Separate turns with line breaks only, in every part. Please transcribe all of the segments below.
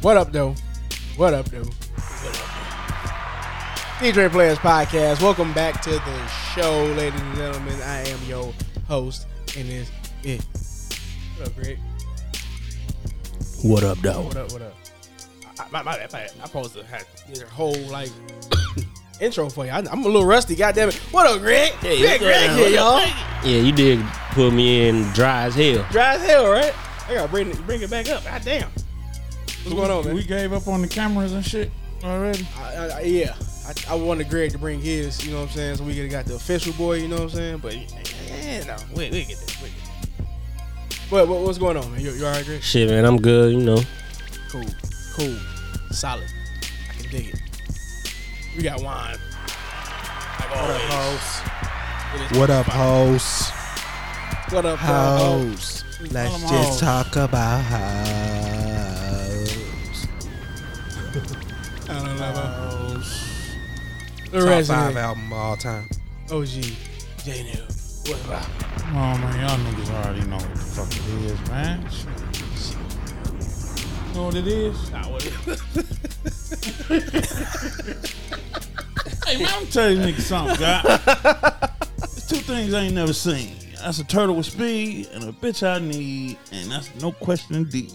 What up, though? What up, though? DJ Players Podcast. Welcome back to the show, ladies and gentlemen. I am your host, and it's it. What up, Greg?
What up, though?
What up? What up? I, my, my bad. My bad. I supposed to have your whole like intro for you. I, am a little rusty. God damn it. What up, Greg? Hey, Greg,
what's
Greg
up?
here, y'all.
Yeah, you did put me in dry as hell.
Dry as hell, right? I gotta bring it, bring it back up. God damn. What's going on, man?
We gave up on the cameras and shit already.
I, I, I- yeah, I, I wanted Greg to bring his, you know what I'm saying, so we could have got the official boy, you know what I'm saying? But, yeah, no, we, we get this. We get this. What, what, what's going on, man? You, you all right, Greg?
Shit, man, I'm good. You know,
Cool, cool, solid. I can dig it. We got wine. Like what up, house?
What up, hoes?
What up, house?
Tell
Hoes.
'em
Let's
hoes.
just talk about hoes.
I don't know about
Hoes.
the
Top
rest
five
of it.
album of all time.
OG, J Nil. What about?
Oh man, y'all niggas already know what the fuck it is, man. Shit. Know what it is?
Nah, what is
Hey man, I'm telling you niggas something, God. There's two things I ain't never seen. That's a turtle with speed and a bitch I need, and that's no question indeed.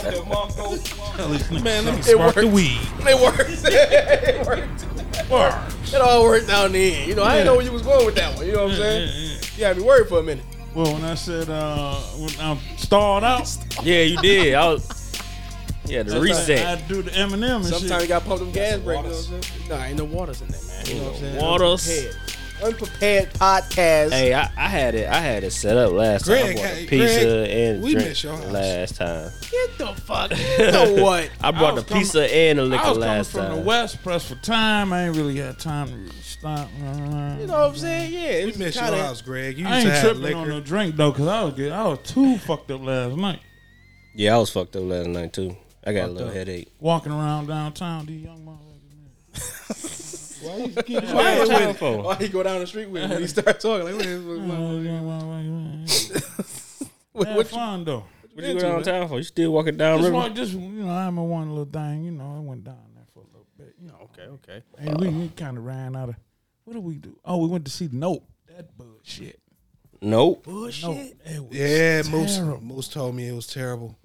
Tell these niggas
Man, let me
something.
spark the
weed.
It worked. it worked. It all worked out in the end. You know, I didn't know where you was going with that one. You know what I'm saying? You had me worried for a minute.
Well, when I said uh, when I'm stalled out,
yeah, you did. I was, yeah, the
I, I
reset.
do the Eminem and
Oh,
shit.
Sometimes you got to pump them gas brakes. You know what I'm saying? Nah, ain't no waters in there, man. You know what I'm saying?
Waters.
Unprepared, Unprepared podcast.
Hey, I, I had it. I had it set up last time. I
Greg,
brought a
hey,
pizza
Greg,
and
we
drink
miss your house.
last time.
Get the fuck. You know what?
I brought
was
the pizza and the liquor
I was coming
last
from
time.
the West, pressed for time. I ain't really had time to really stop.
You know what I'm saying? Yeah. It was
Miss your
kinda-
house, Greg. You
I
used to
ain't
have
tripping
liquor.
on no drink though, cause I was good. I was too fucked up last night,
Yeah, I was fucked up last night too. I got a little
up.
headache.
walking around downtown. These young motherfuckers. man.
Why
Why
you
you
with
time
it?
for?
Why he go down the street with him and he start talking? Like, what is what,
keep-
what,
Had
what, what,
fun though.
What you
Been
going
to,
on town for? You still walking down
Just,
river?
one, just you know, I'm in one little thing. You know, I went down there for a little bit. You know,
Okay, okay.
and we, we kind of ran out of. What did we do? Oh, we went to see Nope. That bullshit.
nope.
Nope. It was
Yeah, Moose,
terrible.
Moose told me it was terrible.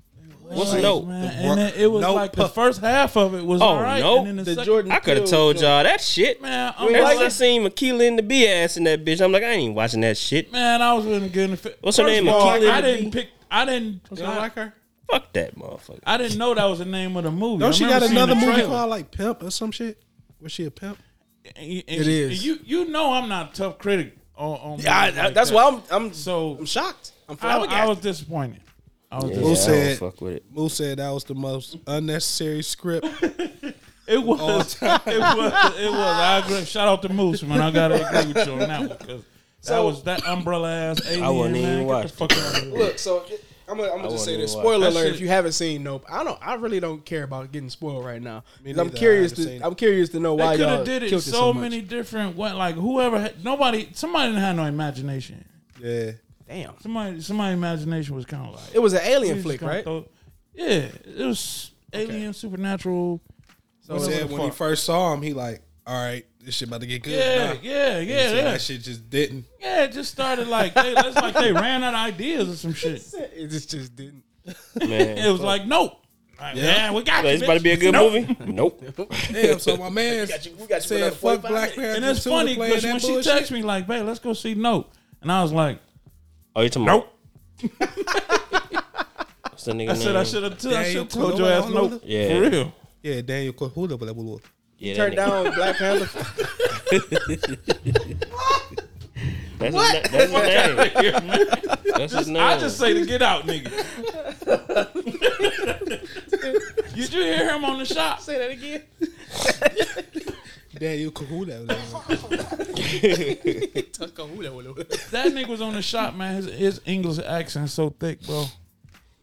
What's
Like,
Nope?
man,
The
and
work-
then it was
Nope.
like the first half of it was
Oh,
all right.
Nope.
And then the,
The
second,
Jordan
I could have
Peele
told
joint.
y'all that shit.
man, I'm
Ever
like,
since I seen Makila in the B ass in that bitch, I'm like, I ain't watching that shit.
man, I was really good. Fi-
What's her
First
name?
of all,
Akilah
I
the
didn't pick. I didn't. I,
her?
Fuck that motherfucker.
I didn't know that was the name of the movie.
Don't
I
she got
remember seeing
another
the
movie
trailer.
called like Pimp or some shit? Was she a pimp?
And- and-
It is.
You you know I'm not a tough critic. On, on
Yeah, I,
movies like
that's
that.
why I'm I'm
So-
I'm shocked. I'm
I, I was
flabbergasted.
disappointed. I was
Yeah,
dis-
I
said-
don't fuck with it.
Moose said that was the most unnecessary script.
It was. It was. It was. I agree. Shout out to Moose, man. I gotta agree with you on that one because that
So-
was that umbrella ass alien.
wasn't
man.
even
Get
watching.
the fuck out of here.
Look, so it- I'm gonna, I'm gonna just
wasn't
say
even
this.
watching.
Spoiler
That
alert:
shit-
If you haven't seen Nope, I don't. I really don't care about getting spoiled right now.
Me
'Cause I'm
neither, I
curious
haven't
to.
seen it.
I'm curious to know why
They could
y'all
have did it so,
killed it so much.
many different what like whoever had, nobody somebody didn't have no imagination.
yeah.
Damn,
Somebody somebody's imagination was kind of like
it was an
you
alien
just
flick,
gonna
right?
throw- yeah, it was alien supernatural.
He said when he first saw him, he like, all right, this shit about to get good.
Yeah,
Nah.
yeah,
He
yeah,
said
yeah.
That shit just didn't.
Yeah, it just started like they, it's like they ran out of ideas or some shit.
It just, just didn't.
It
Man.
was like nope. Like, yeah. we got
So
you,
it's about to be a
bitch.
good
Nope.
movie? Nope.
Damn, so my man
got you- we got you for another
said, fuck
45
Black
minutes."
Panther.
And it's
2
funny
playing
because
that
when she
bullshit.
texted me like, "Babe, let's go see Nope," and I was like,
Oh, you talking about?
"Nope."
What's the nigga
I said I
name?
should have I
Daniel
should have told
Kaluuya
your ass
on
nope.
the-
Yeah.
For real.
Yeah, Daniel Kaluuya. blah, blah, blah, blah.
Yeah,
Turned
that nigga.
down Black Panther.
That's his, na- that's his name. That's his name.
I just say to get out, nigga. Did you hear him on the shop?
Say that again.
Daniel Kaluuya. blah, blah, blah.
That nigga was on the shop, man. His, his English accent's so thick, bro.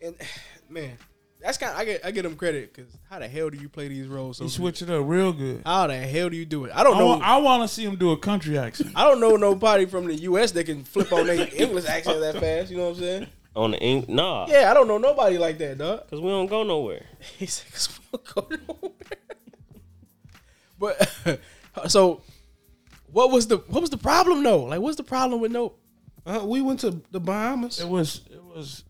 and man, that's kind. I get I get him credit because how the hell do you play these roles? So
He
good?
switched it up real good.
How the hell do you do it? I don't
I,
know.
wa- I want to see him do a country accent.
I don't know nobody from the U.S. that can flip on their English accent that fast. You know what I'm saying?
on the ink. Nah,
Yeah, I don't know nobody like that, dog.
cause we don't go nowhere.
He said, "Cause we don't go nowhere." but so, what was the what was the problem though? Like, what's the problem with no?
Uh, we went to the Bahamas.
It was. It was.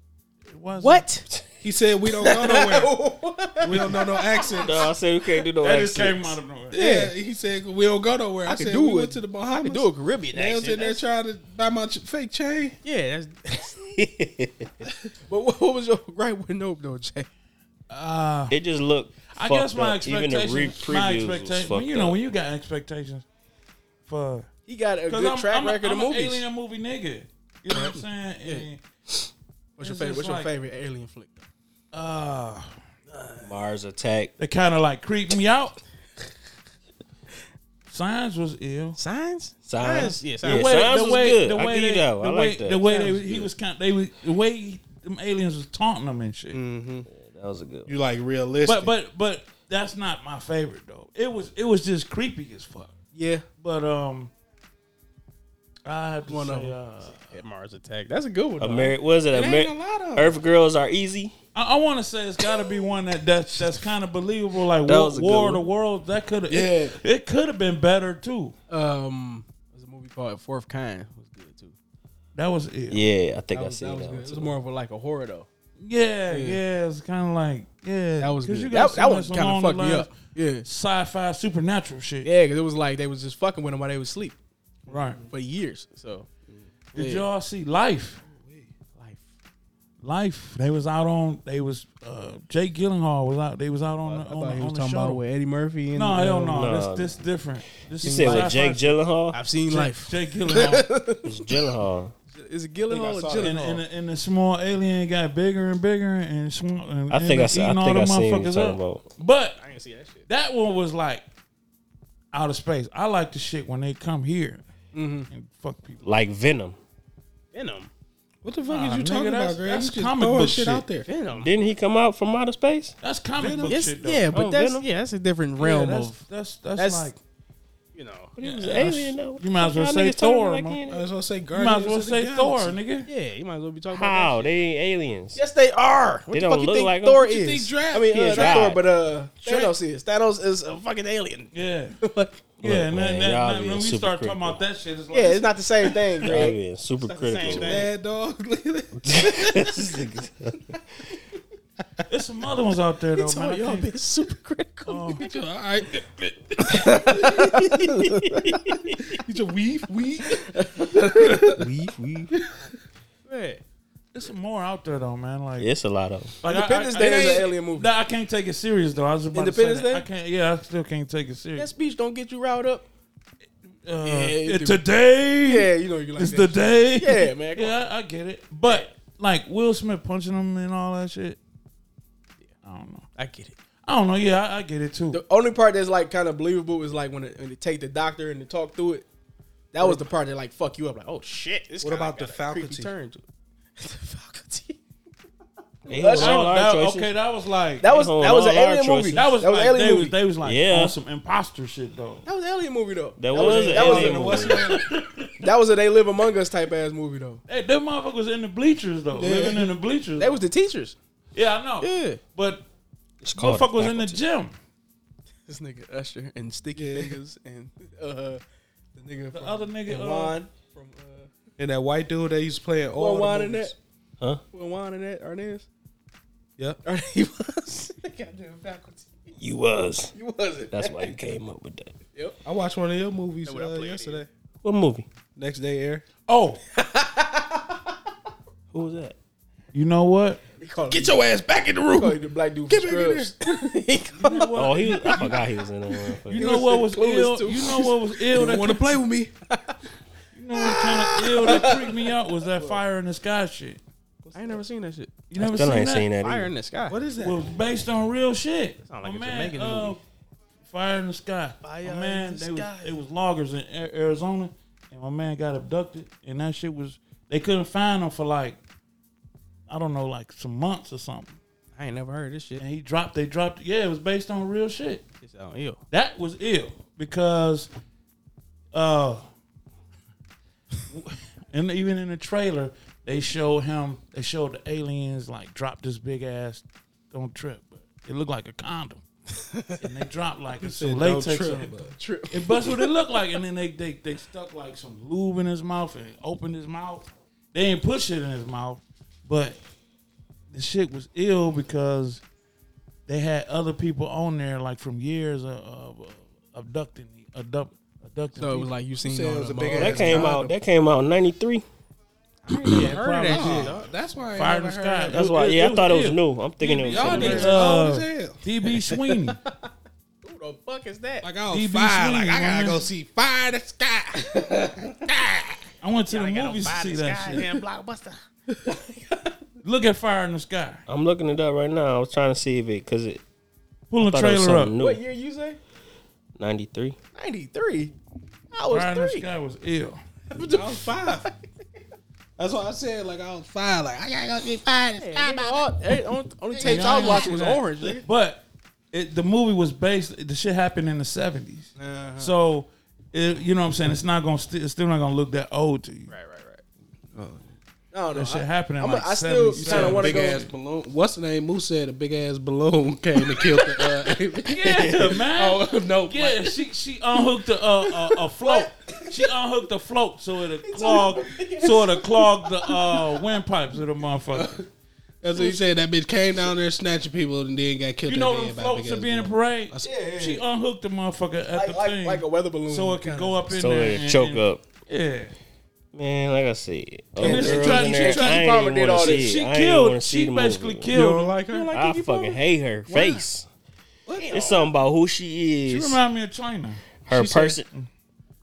It was.
What?
He said we don't go nowhere. we don't know no accent.
No, I said we can't do no
That just
accents.
came out of nowhere.
Yeah, he said we don't go nowhere. I,
can
said
do
we
it.
went to the Bahamas.
I do a Caribbean
They was
accent.
in there trying to buy my ch- fake chain.
yeah, that's. but what, what was your right with nope though, Jay?
Uh,
It just looked.
I
fucked
guess my
up. Even the re-
expectations. My
previews was
expectations.
fucked
You know
up.
when you got expectations for.
He got a
Cause
good
I'm,
track
I'm, a-
record
I'm
of movies.
an alien movie nigga. You know what I'm saying? And,
What's your
It's
favorite?
just
What's your
like-
favorite alien flick? though?
uh,
Mars attack.
they kind of like creeped me out. Signs was ill.
Signs?
Signs?
Yeah,
The
signs.
way- Signs was good. I give you that one.
the
I
way,
like that.
the way
Signs
they,
was
he
good.
was kind, of, they was, the way he- them aliens was taunting them and shit.
Mm. That was a good. One.
You like realistic?
But but but that's not my favorite though. It was it was just creepy as fuck.
Yeah.
But um, I have to
One of
say,
them.
uh,
At Mars Attack. That's a good one. though.
Ameri- was it
It ain't a
Ameri-
lot of 'em.
Earth Girls Are Easy?
I, I want to say it's got to be one that that's that's kind of believable. Like
That
War,
was a good
War of
one.
the World, that could have
Yeah.
it, it could have been better too.
Um, there's a movie called Fourth Kind. was good too.
That was it. Yeah,
Yeah, I think
That
I
was,
seen
that was
that,
good.
one
It
too.
was more of a, like a horror though.
yeah, it's kind of like yeah,
That was good.
you got
that
so
that one
much
kind of
along
fucked
the
me
lines-
up. Yeah.
Sci-fi supernatural shit.
Yeah, because it was like they was just fucking with him while they was asleep
Right.
for years. So
Did
Yeah.
y'all see Life?
life.
Life. They was out on. They was uh, Jake Gyllenhaal was out. They was out on. the-
I
on,
thought
the-
he was
on the
talking
show.
about with Eddie Murphy. And,
No, hell
um,
no.
No.
This this different. This
You
is
said
sci-fi
with Jake Gyllenhaal?
I've seen
Jake-
life.
Jake Gyllenhaal.
It's Gyllenhaal.
Is it Gyllenhaal or
think I saw that.
and,
Gyllenhaal?
and, the, and the small alien got bigger and bigger and small. And
I think I,
ended
see-
up
I
eating all
think I
the
seen what
motherfuckers
you're talking
up.
about.
But
I didn't see that shit.
that one was like out of space. I like the shit when they come here
Mm-hmm.
and fuck people.
Like Venom.
Venom.
what the fuck
Nah,
is you
nigga,
talking
that's-
about, Greg?
that's
You just
comic
throwing
book
shit
shit.
out there.
Venom.
Didn't he come out from outer space?
That's comic book
It's,
shit. Though.
yeah, but
Oh,
that's
Venom?
yeah, that's a different realm
that's,
of
that's that's
that's-
like
you know.
He was an
that's-
alien though.
you might as well
Y'all
say
niggas talking
Thor,
like
man.
he ain't-
I was gonna say
you
Guardians.
might as well
of the
say
Galaxy.
Thor, nigga.
Yeah, you might as well be talking
How?
about that.
They ain't aliens.
Uh, Yes, they are. What
They
the
don't
fuck you
look
think
like 'em.
Thor
What
is?
you
think Drax-
I mean,
He
uh,
is
not Thor,
God.
but uh, Thanos is. Thanos is a fucking alien.
Yeah,
Like,
yeah. and
man,
then, then,
y'all
then
being
when we
super
start talking
critical.
about that shit, it's like
yeah, it's not the same thing,
Y'all
Greg.
being super
the same
critical.
thing.
man.
Mad dog. Look at that.
it's some other ones out there though,
It's all
man. I
y'all
can't-
been super critical.
Oh.
You just- All right. you just weave, weave.
Man,
There's some more out there though, man. Like,
It's a lot of them.
like
Independence Day is
ain't-
an alien movie.
Nah, I can't take it serious though. I was about
Independence
to say that.
Day?
I can't. Yeah, I still can't take it serious.
that speech don't get you riled up.
Uh,
it
it-
do.
today
Yeah, you know you like
is the
that.
day.
Yeah, man, come
Yeah, I, I get it. But like Will Smith punching him and all that shit. I don't know.
I get it.
I don't know. Yeah, I, I get it too.
The only part that's like kind of believable is like when, it, when they take the doctor and they talk through it. That was the part that like fuck you up. Like, oh shit. This
What
kinda
about
got
the
a creepy
faculty?
Turn to it. the faculty.
They
That's
was
That
all
was-
our
that-
choices.
okay, that was like
That was
Oh,
that was
all
an
our
alien movie.
choices.
That was, that was
like,
an alien
they
movie.
was they was like
Yeah.
on some imposter shit though.
that was an alien movie though.
That was an
that was
alien
a,
movie.
what's the- that was a they live among us type ass movie though.
Hey, them motherfuckers in the bleachers though, living in the bleachers.
They was the teachers.
yeah, I know.
Yeah.
But
It's called
motherfucker was in the
faculty.
gym.
This nigga Usher and Sticky Fingers and uh the nigga
The other nigga,
and
uh,
Juan from uh
And that white dude that used to play in all
Well,
the
wine in
movies.
that.
Huh?
Well, wine in that. Arnaz.
Yep.
Arnaz he was. Goddamn faculty.
You was.
You wasn't.
That's why you came up with that.
I watched one of your movies
That what I
uh,
played
yesterday.
What movie?
Next day air.
Oh,
Who was that?
you know what?
Get
your ass back in the room.
the black dude from
Get back in
Scrubs. He called-
Oh, he. Was, I forgot he was in that.
You
motherfucker.
know what was
Clueless,
ill?
too.
You know what was ill? That
You want to play with me?
you know what kind of ill that freaked me out was that fire in the sky shit.
I ain't never seen that shit.
You never
Still
seen,
ain't
that?
seen that.
Fire
either.
in the sky.
What is that?
Was based on real shit.
sound like
My uh,
a Jamaican movie.
Fire in the sky.
Fire
my
in
man,
the
they was-
sky.
it was loggers in A- Arizona, and my man got abducted, and that shit was they couldn't find him for like I don't know, like some months or something.
I ain't never heard this shit.
And he dropped. They dropped. Yeah, it was based on real shit.
It's on ill.
that was ill because uh and even in the trailer They showed him. They showed the aliens like drop this big ass. Don't trip. But it looked like a condom. and they dropped like a some latex. on it.
Trip.
And that's what it looked like. And then they, they they stuck like some lube in his mouth and opened his mouth. They didn't put shit in his mouth, but the shit was ill because they had other people on there like from years of, of abducting abduct, abducting.
So it
people.
was like you seen
Said it
all
was
the
a big
motherfuckers.
That came out. That came out in '93.
Yeah, probably did.
That's why I ain't
Fire
never
in the
heard
sky.
of
That's
It-
why.
it-
Yeah,
it
I thought it
was
was
ill.
new. I'm thinking it was
Y'all
something. else.
niggas old as
Uh,
hell.
DB Sweeney.
Who the fuck is that?
Like I was
DB
fire. Like
Sweeney,
I gotta
man.
go see fire in the sky.
I went to the movies to see that shit.
blockbuster.
Look at Fire in the Sky.
I'm looking it up right now. I was trying to see if it because it
Pull the
thought it was
trailer up.
something
What
new.
year you say?
'93.
93. I was
Fire in the
three.
Sky was ill.
I was five. That's why I said like I was five. Like I gotta go see fire in the sky.
Hey, nigga, all- hey, only, only tapes I was watching was Orange. Nigga.
But it, the movie was based. The shit happened in the 70s
Uh-huh.
So it, you know what I'm saying. It's not gonna. St- it's still not gonna look that old to you.
Right, right, right. I don't know.
That shit
I-
happened in
I'm a-
like
I still
77.
kind of want to
Big
go.
ass balloon. What's the name? Moose said a big ass balloon came and killed the. Uh,
Yeah, man.
oh no!
Yeah, she she unhooked a a, a, a float. She unhooked the float so it'll clog so it'll clog the uh, windpipes of the motherfucker.
That's what he said. That bitch came down there snatching people and then got killed.
You
in
know
the
them
head by a
floats
big-ass
that be in the
balloon.
parade.
That's-
yeah.
She unhooked the motherfucker at the
Like, like,
thing
like a weather balloon.
so it can go up in
So
there
it
and-
choke
and-
up.
Yeah.
Man, like I said, oh,
And
girls
she tried-
in
she
there,
tried-
I
she
ain't
probably
even
did
wanna
all
see
that.
it.
She
Oh, I ain't even wanna
killed.
see
She
the
basically
movie.
killed. her.
I fucking hate her face. It's something about who she
She
is,
remind me of China.
her
she said- Oh
person.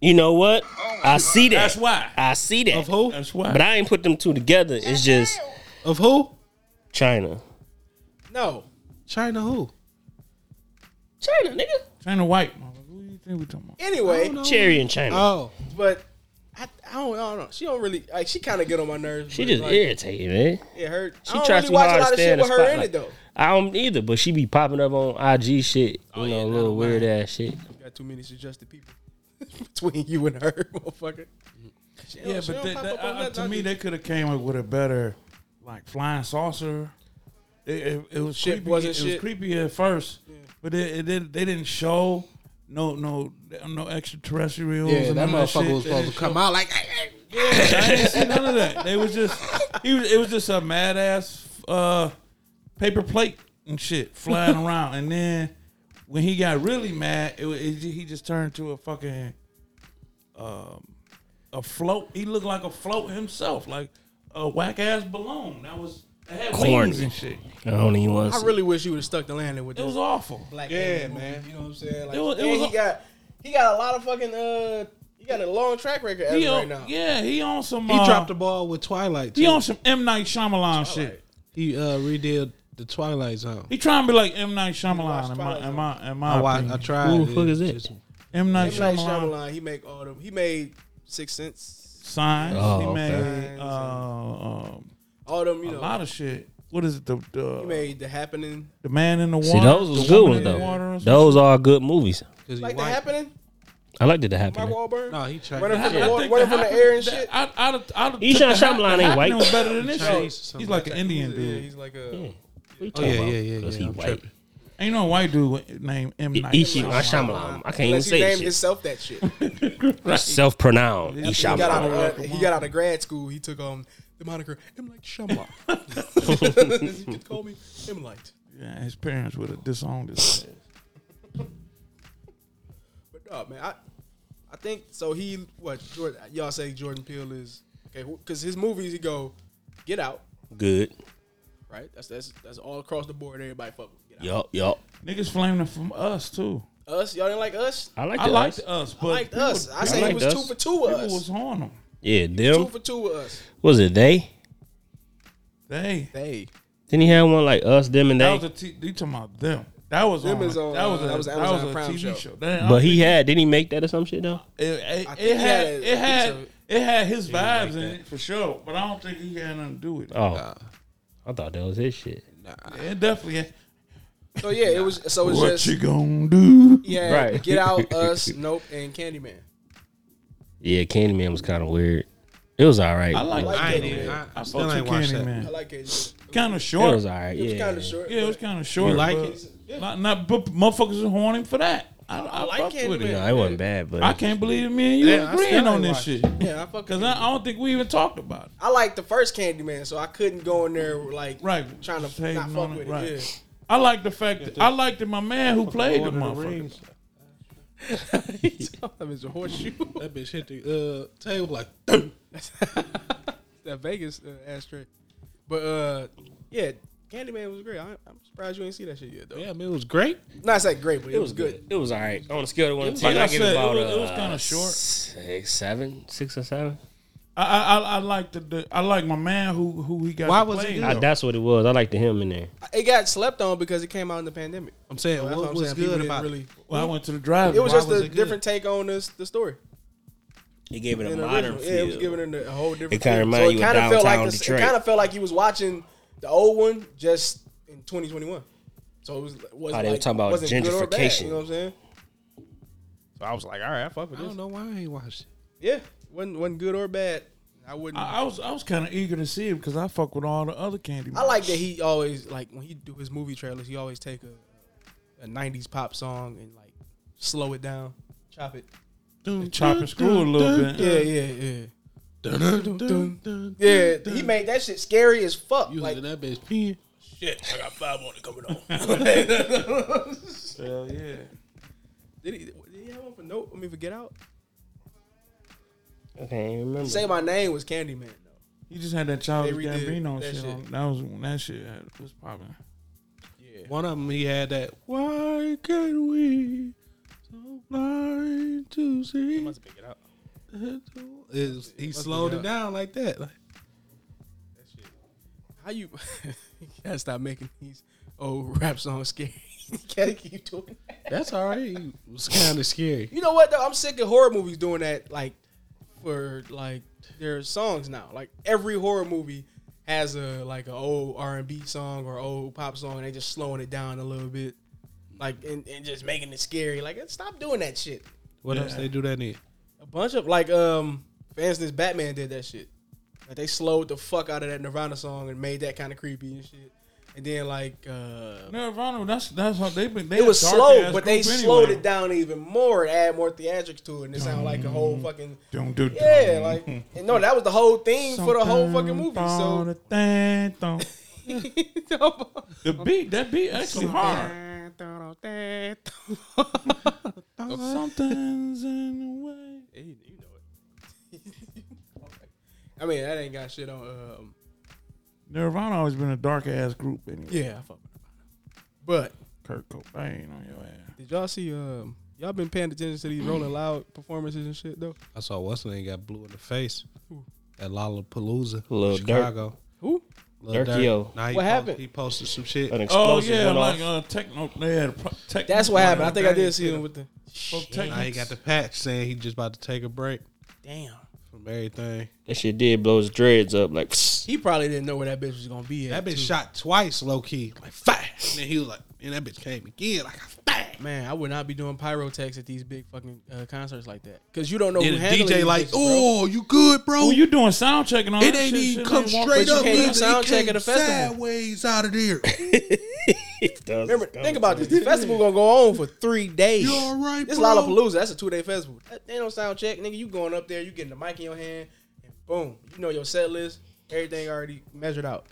you know what? I see that.
That's why.
I see that.
Of who?
That's why.
But I ain't put them two together. It's just
Of who?
China.
No.
China who?
China, nigga.
China White. mother. Who do you think we talking about?
Anyway,
Cherry in China.
Oh,
but I, I, don't, I don't know. She don't really like. She kind of get on my nerves.
she
but,
just
like,
irritated, man.
It hurt.
She
I don't
tries
really
too
watch
hard
a
to
lot of
stay in
shit
the
with her in
spotlight.
it though.
I don't either, but she be popping up on IG shit. You know, little weird ass shit.
Got too many suggested people between you and her, motherfucker. She don't-
Yeah,
she
but
don't
that,
pop
that,
up on
uh,
nothing I
to me,
do.
they could have came up with a better, like flying saucer. It, it, it was
Shit
creepy.
wasn't
it
shit.
was creepy at first, but it, it didn't, they didn't show no no no extraterrestrials.
yeah,
and
that
none of
motherfucker
shit.
was
They
supposed
didn't
to come out like. "Ay, ay."
show- I didn't see none of that. They was just he was, it was just a mad ass uh, paper plate and shit flying around, and then when he got really mad, it, wa- it, he just turned to a fucking um, a float. He looked like a float himself, like a whack ass balloon that was that had wings
Corny.
and shit.
I don't even want to
I
see.
really wish you would have stuck the landing with
It
this.
was awful.
black
Yeah,
yeah,
man.
man. You know what I'm saying? Like,
It was- it
and
was
he
a-
got he got a lot of fucking uh he got a long track record as
He
of right
on,
now.
yeah, he on some.
He
uh,
dropped the ball with Twilight.
He
too.
on some M Night Shyamalan shit.
He uh, redid the Twilight Zone.
He trying to be like M Night Shyamalan.
watched
In my,
Twilight
in my, in my
Oh, I, watched, I
opinion.
tried.
Who the fuck
it.
is it?
Just-
M Night
M. Night
Shyamalan
Shyamalan, he make all them. He made Six Sense,
signs.
Oh,
he
okay.
made uh, um,
all them. You
a
know,
lot of shit. What is it? The the,
he made The Happening,
the man in the water.
See, those was
the
good
woman
ones
in the water
though.
or some
Those are good movies.
'cause he
like The
white.
Happening.
I liked it to
Mark
happen.
Wahlberg.
No, he tried.
Running
to-
from
I
the wa-
think
running from the
Happen-
air and shit.
I, I, I, I
Easton Shyamalan ain't white.
Oh,
Was better than this
Chinese or
shit.
something
He's like an
like
Indian
Yeah,
dude.
he's like a.
Oh, yeah, yeah, yeah,
Because
yeah,
he
I'm
white.
tripping.
Ain't no white dude named M Night.
Ishi
Shyamalan.
Shyamalan. I can't even
Unless he
say that
named
shit.
himself that shit.
Self pronoun.
He
he got out
Shyamalan.
of
Shyamalan.
uh, he got out of grad school. He took um the moniker M Light Shyamalan. you could call me M Light.
Yeah, his parents would have disowned his ass.
But no, man, I, I think so. He what Jordan, y'all say Jordan Peele is okay because his movies he go Get Out,
Good.
right? That's that's that's all across the board. Everybody fuck with Get Out.
Yup, yup.
Niggas flamed him from us too.
Us, y'all didn't like Us. I
I like
I
that.
liked us, but
liked
people-
Us. I say
liked
he was
Us.
two for two with
people
us.
was on him.
Yeah,
two
them.
for two with us.
Was it they?
They
They
Didn't he have one like us, them, and
that
they?
was a t- you talking about them. That was
Them
on,
is on,
that was a,
uh, that was
that
Amazon
was a
Prime
TV
show.
show. That-
But he had. Didn't he make that or some shit though?
it, it,
think
it
he
had
had a-
it had
it's
it had his vibes in it for sure. But I don't think he had nothing to do with it.
Oh, I thought that was his shit.
It definitely. Had,
so yeah, it was so it's
what
just
you gonna do?
yeah.
Right.
Get Out, Us, Nope, and Candyman.
Yeah, Candyman was kind of weird. It was all right.
I like
I ain't
that.
even- I-
I still
I still ain't watched that.
I like it.
Kind of
it
short.
was all right.
It was
Yeah.
kind of short.
yeah, it was
but
kind of short.
like
but
it?
Not, not, but motherfuckers are horny for that. I, I,
like
like
it,
with it.
man.
No, it wasn't bad, but
I can't believe me and you
Yeah, I
agreeing
still
on
ain't
this
watched
shit.
Yeah, I fuck
Because I, I don't think we even talked about it.
I like the first Candyman, so I couldn't go in there like
Right.
trying to
Hating
not
on
fuck
it,
with
right.
it. Yeah.
I like the fact that I like that my man who played the
Lord of the
motherfucker.
Rings.
that is a horseshoe.
That bitch hit the uh, table like, "Dum."
that Vegas uh, ashtray. But uh, yeah, Candyman was great. I, I'm surprised you ain't see that shit yet though.
damn, it was great.
Not that great, but it,
it
was good.
It was all right. On a scale of one to
was-
ten,
like I
I give
said,
it
it
about
was- it was
uh,
kinda short.
Six, seven, six or seven.
I I, I, I like the, the I like my man who who he got.
Why
to
was
play.
he good?
I, that's what it was. I liked the him in there.
It got slept on because it came out in the pandemic.
I'm saying,
So that's
what
I'm
was
saying. People
good
didn't
about it?
really?
Well, I went to the drive.
It was
Why
just
was
a
it good?
different take on this the story.
He gave it a
in the
modern
original. Yeah, it was
feel.
giving it a whole different.
It kinda
feel.
remind you of
kinda felt like
downtown
this-
Detroit.
It kind of felt like you was watching the old one just in 2021. So it was. Wasn't
How they were
like,
talking about
wasn't good or bad,
gentrification.
you know what I'm saying? So I was like, all right, I fuck
I
with
don't know why I ain't watched it.
Yeah, wasn't wasn't good or bad. I wouldn't. I,
I, I was I was kind of eager to see it because I fuck with all the other candy.
like that he always like when he do his movie trailers. He always take a a 90s pop song and like slow it down, chop it.
Dun, chop and screw a little bit.
Yeah, yeah, yeah.
Dun, dun, dun, dun, dun,
Yeah,
dun.
he made that shit scary as fuck.
You
like
like that bitch peeing?
shit, I got five on it coming on.
Hell yeah.
Did he, did he have one for no? I mean, for Get Out.
I can't even remember.
Say my name was Candyman. Though.
He just had that Childish
They redid
Gambino
that
shit,
shit.
on. That was when that shit had- was popping.
Yeah.
One of them, he had that. Why can't we so blind to see?
must have been Get Out.
Is he slowed it down like that? Like,
How you? you gotta stop making these old rap songs scary. you gotta keep doing that.
that's all right. It was kind of scary.
You know what though? I'm sick of horror movies doing that. Like for like their songs now. Like every horror movie has a like an old R and B song or old pop song, and they just slowing it down a little bit, like and, and just making it scary. Like stop doing that shit.
What
Yeah.
else they do that in?
A bunch of like um, for instance, Batman did that shit. Like they slowed the fuck out of that Nirvana song and made that kind of creepy and shit. And then like uh,
Nirvana, that's that's how they been. They
it was
a dark
slow,
ass
but they
group anyway.
slowed it down even more and add more theatrics to it, and it sounded like a whole fucking
Dun, dun, dun.
yeah, like and no, that was the whole thing for the whole fucking
Something
movie.
about
So
a thing, thong. the beat, that beat actually hard. Something's in the way.
You you know it. I mean, that ain't got shit on. Um,
Nirvana always been a dark ass group anyway.
yeah, I fuck with Nirvana. But
Kurt Cobain on your ass.
Did y'all see? Um, y'all been paying attention to these Rolling Loud performances and shit though.
I saw what's name got blue in the face
Who?
at Lollapalooza,
Lil Durk.
Chicago.
Who?
Lil Durk.
Durkio.
Nah, he
What
post-
happened?
He posted some shit.
An
Oh
explosive
yeah,
went
like
off.
uh, techno. They had a pro- techno.
That's what happened. I think I
They
did see them with the.
had pro-
Now he got the patch saying he just about to take a break
Damn.
from everything.
That shit did blow his dreads up. Like psst.
He probably didn't know where that bitch was gonna be at.
That bitch shot twice, low key, like fat. And then he was like, and that bitch came again, like bang.
Man, I would not be doing pyrotechs at these big fucking uh, concerts like that because you don't know
Then
who
the
handling
DJ
these
like,
bitches, bro.
oh, you good, bro?
Oh, you doing sound checking on
it
that
ain't
shit,
even
shit
come
ain't walk-
straight
you
up,
can't
nigga.
do sound
it
check
came
at a festival.
sideways out of there.
Remember, think about this. The festival gonna go on for three days.
You all right,
This
bro?
Lollapalooza. That's a two day festival. That, they don't sound check, nigga. You going up there? You getting the mic in your hand, and boom, you know your set list. Everything already measured out.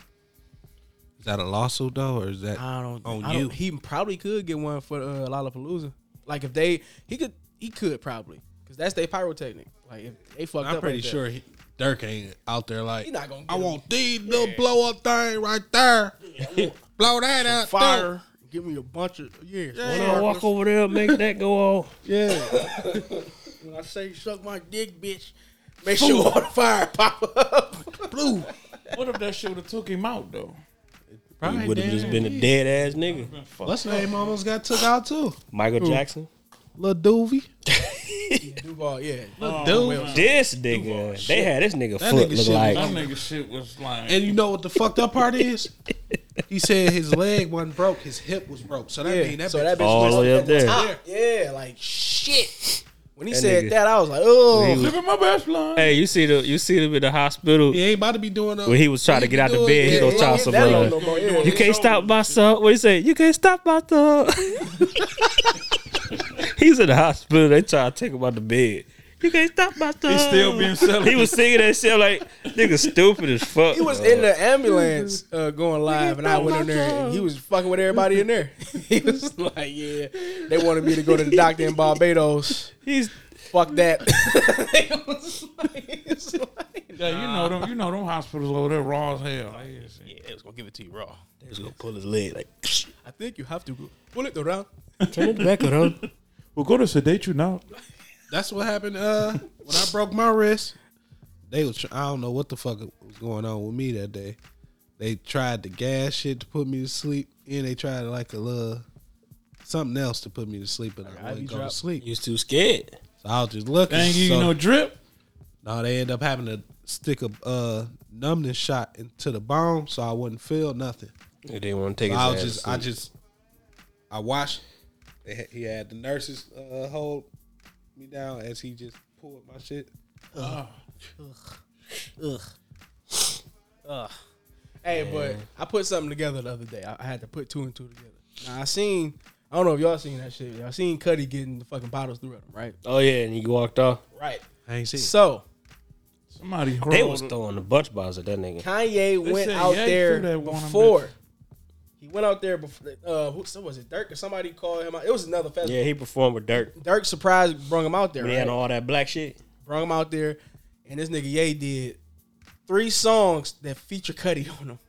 Is that a lawsuit though, or is that
I don't.
on
I
you?
Don't, he probably could get one for uh, Lollapalooza. Like if they, he could, he could probably because that's their pyrotechnic. Like if they fucked up,
I'm pretty
like that,
sure he, Dirk ain't out there like
He not gonna
I
get
want these little blow up thing right there. blow that out.
fire. Give me a bunch of yeah.
When I walk over there, make that go off.
When I say suck my dick, bitch, make sure all the fire pop up.
there. Blue.
What if that shit would have took him out though?
He would have just been a dead ass nigga.
What's name almost got took out too?
Michael Jackson.
Lil Doovy.
Duval, yeah.
Lil
man.
Doovy.
This nigga, they had this nigga
That
foot
nigga
look
shit
like
That nigga shit was like.
And you know what the fucked up part is? He said his leg wasn't broke, his hip was broke. So that
Yeah,
mean that
so
bitch
that bitch
all the
was
way up there.
Yeah, like shit. When he
That
said
nigga-
that, I was like, oh,
Living my best life.
Hey, you see the you see him in the hospital
He ain't about to be doing up.
when he was trying to get out the bed. He gonna
yeah,
toss
yeah,
some
that
blood.
don't know about it.
You can't stop my son. What he say? You can't stop my son. He's in the hospital. They try to take him out the bed. You can't stop my son.
He's still being celibate.
He was singing that shit like nigga stupid as fuck.
He was in the ambulance uh, going live, and I went in there, and he was fucking with everybody in there. he was like, "Yeah, they wanted me to go to the doctor in Barbados.
He's
Fuck that." It was like- it's like-
Yeah, you know them. You know them hospitals over there raw as hell. I hear shit.
yeah, it was gonna give it to you raw.
he was gonna pull his leg like
I think you have to pull it around.
turn it back around.
We're going to sedate you now.
That's what happened. Uh, when I broke my wrist, they was. tr- I don't know what the fuck was going on with me that day. They tried the gas shit to put me to sleep, and they tried like a little something else to put me to sleep, and I
IV
wouldn't go
drop.
to sleep.
He was too scared.
So I was just looking.
They ain't give you
so,
no drip.
no, they end up having to stick a uh, numbness shot into the bone, so I wouldn't feel nothing.
He didn't want to take his
I
ass.
was
to
just, I
sleep.
just, I watched. They had- He had the nurses uh, hold me down as he just pulled my shit.
Hey, but I put something together the other day. I, I had to put two and two together. Now I seen, I don't know if y'all seen that shit. Y'all seen Cuddy getting the fucking bottles through at him, right?
Oh yeah, and he walked off.
Right.
I ain't seen. it.
So
Somebody
They
hurled
was
it.
throwing the bunch bombs at that nigga.
Kanye
They
went
said
out
Ye threw
there
that one on
before. He went out there before. Uh, who so was it? Dirk or somebody called him out. It was another festival.
Yeah, he performed with Dirk.
Dirk surprised, brung him out there.
He
Right?
had all that black shit.
brung him out there, and this nigga Ye did three songs that feature Cuddy on them.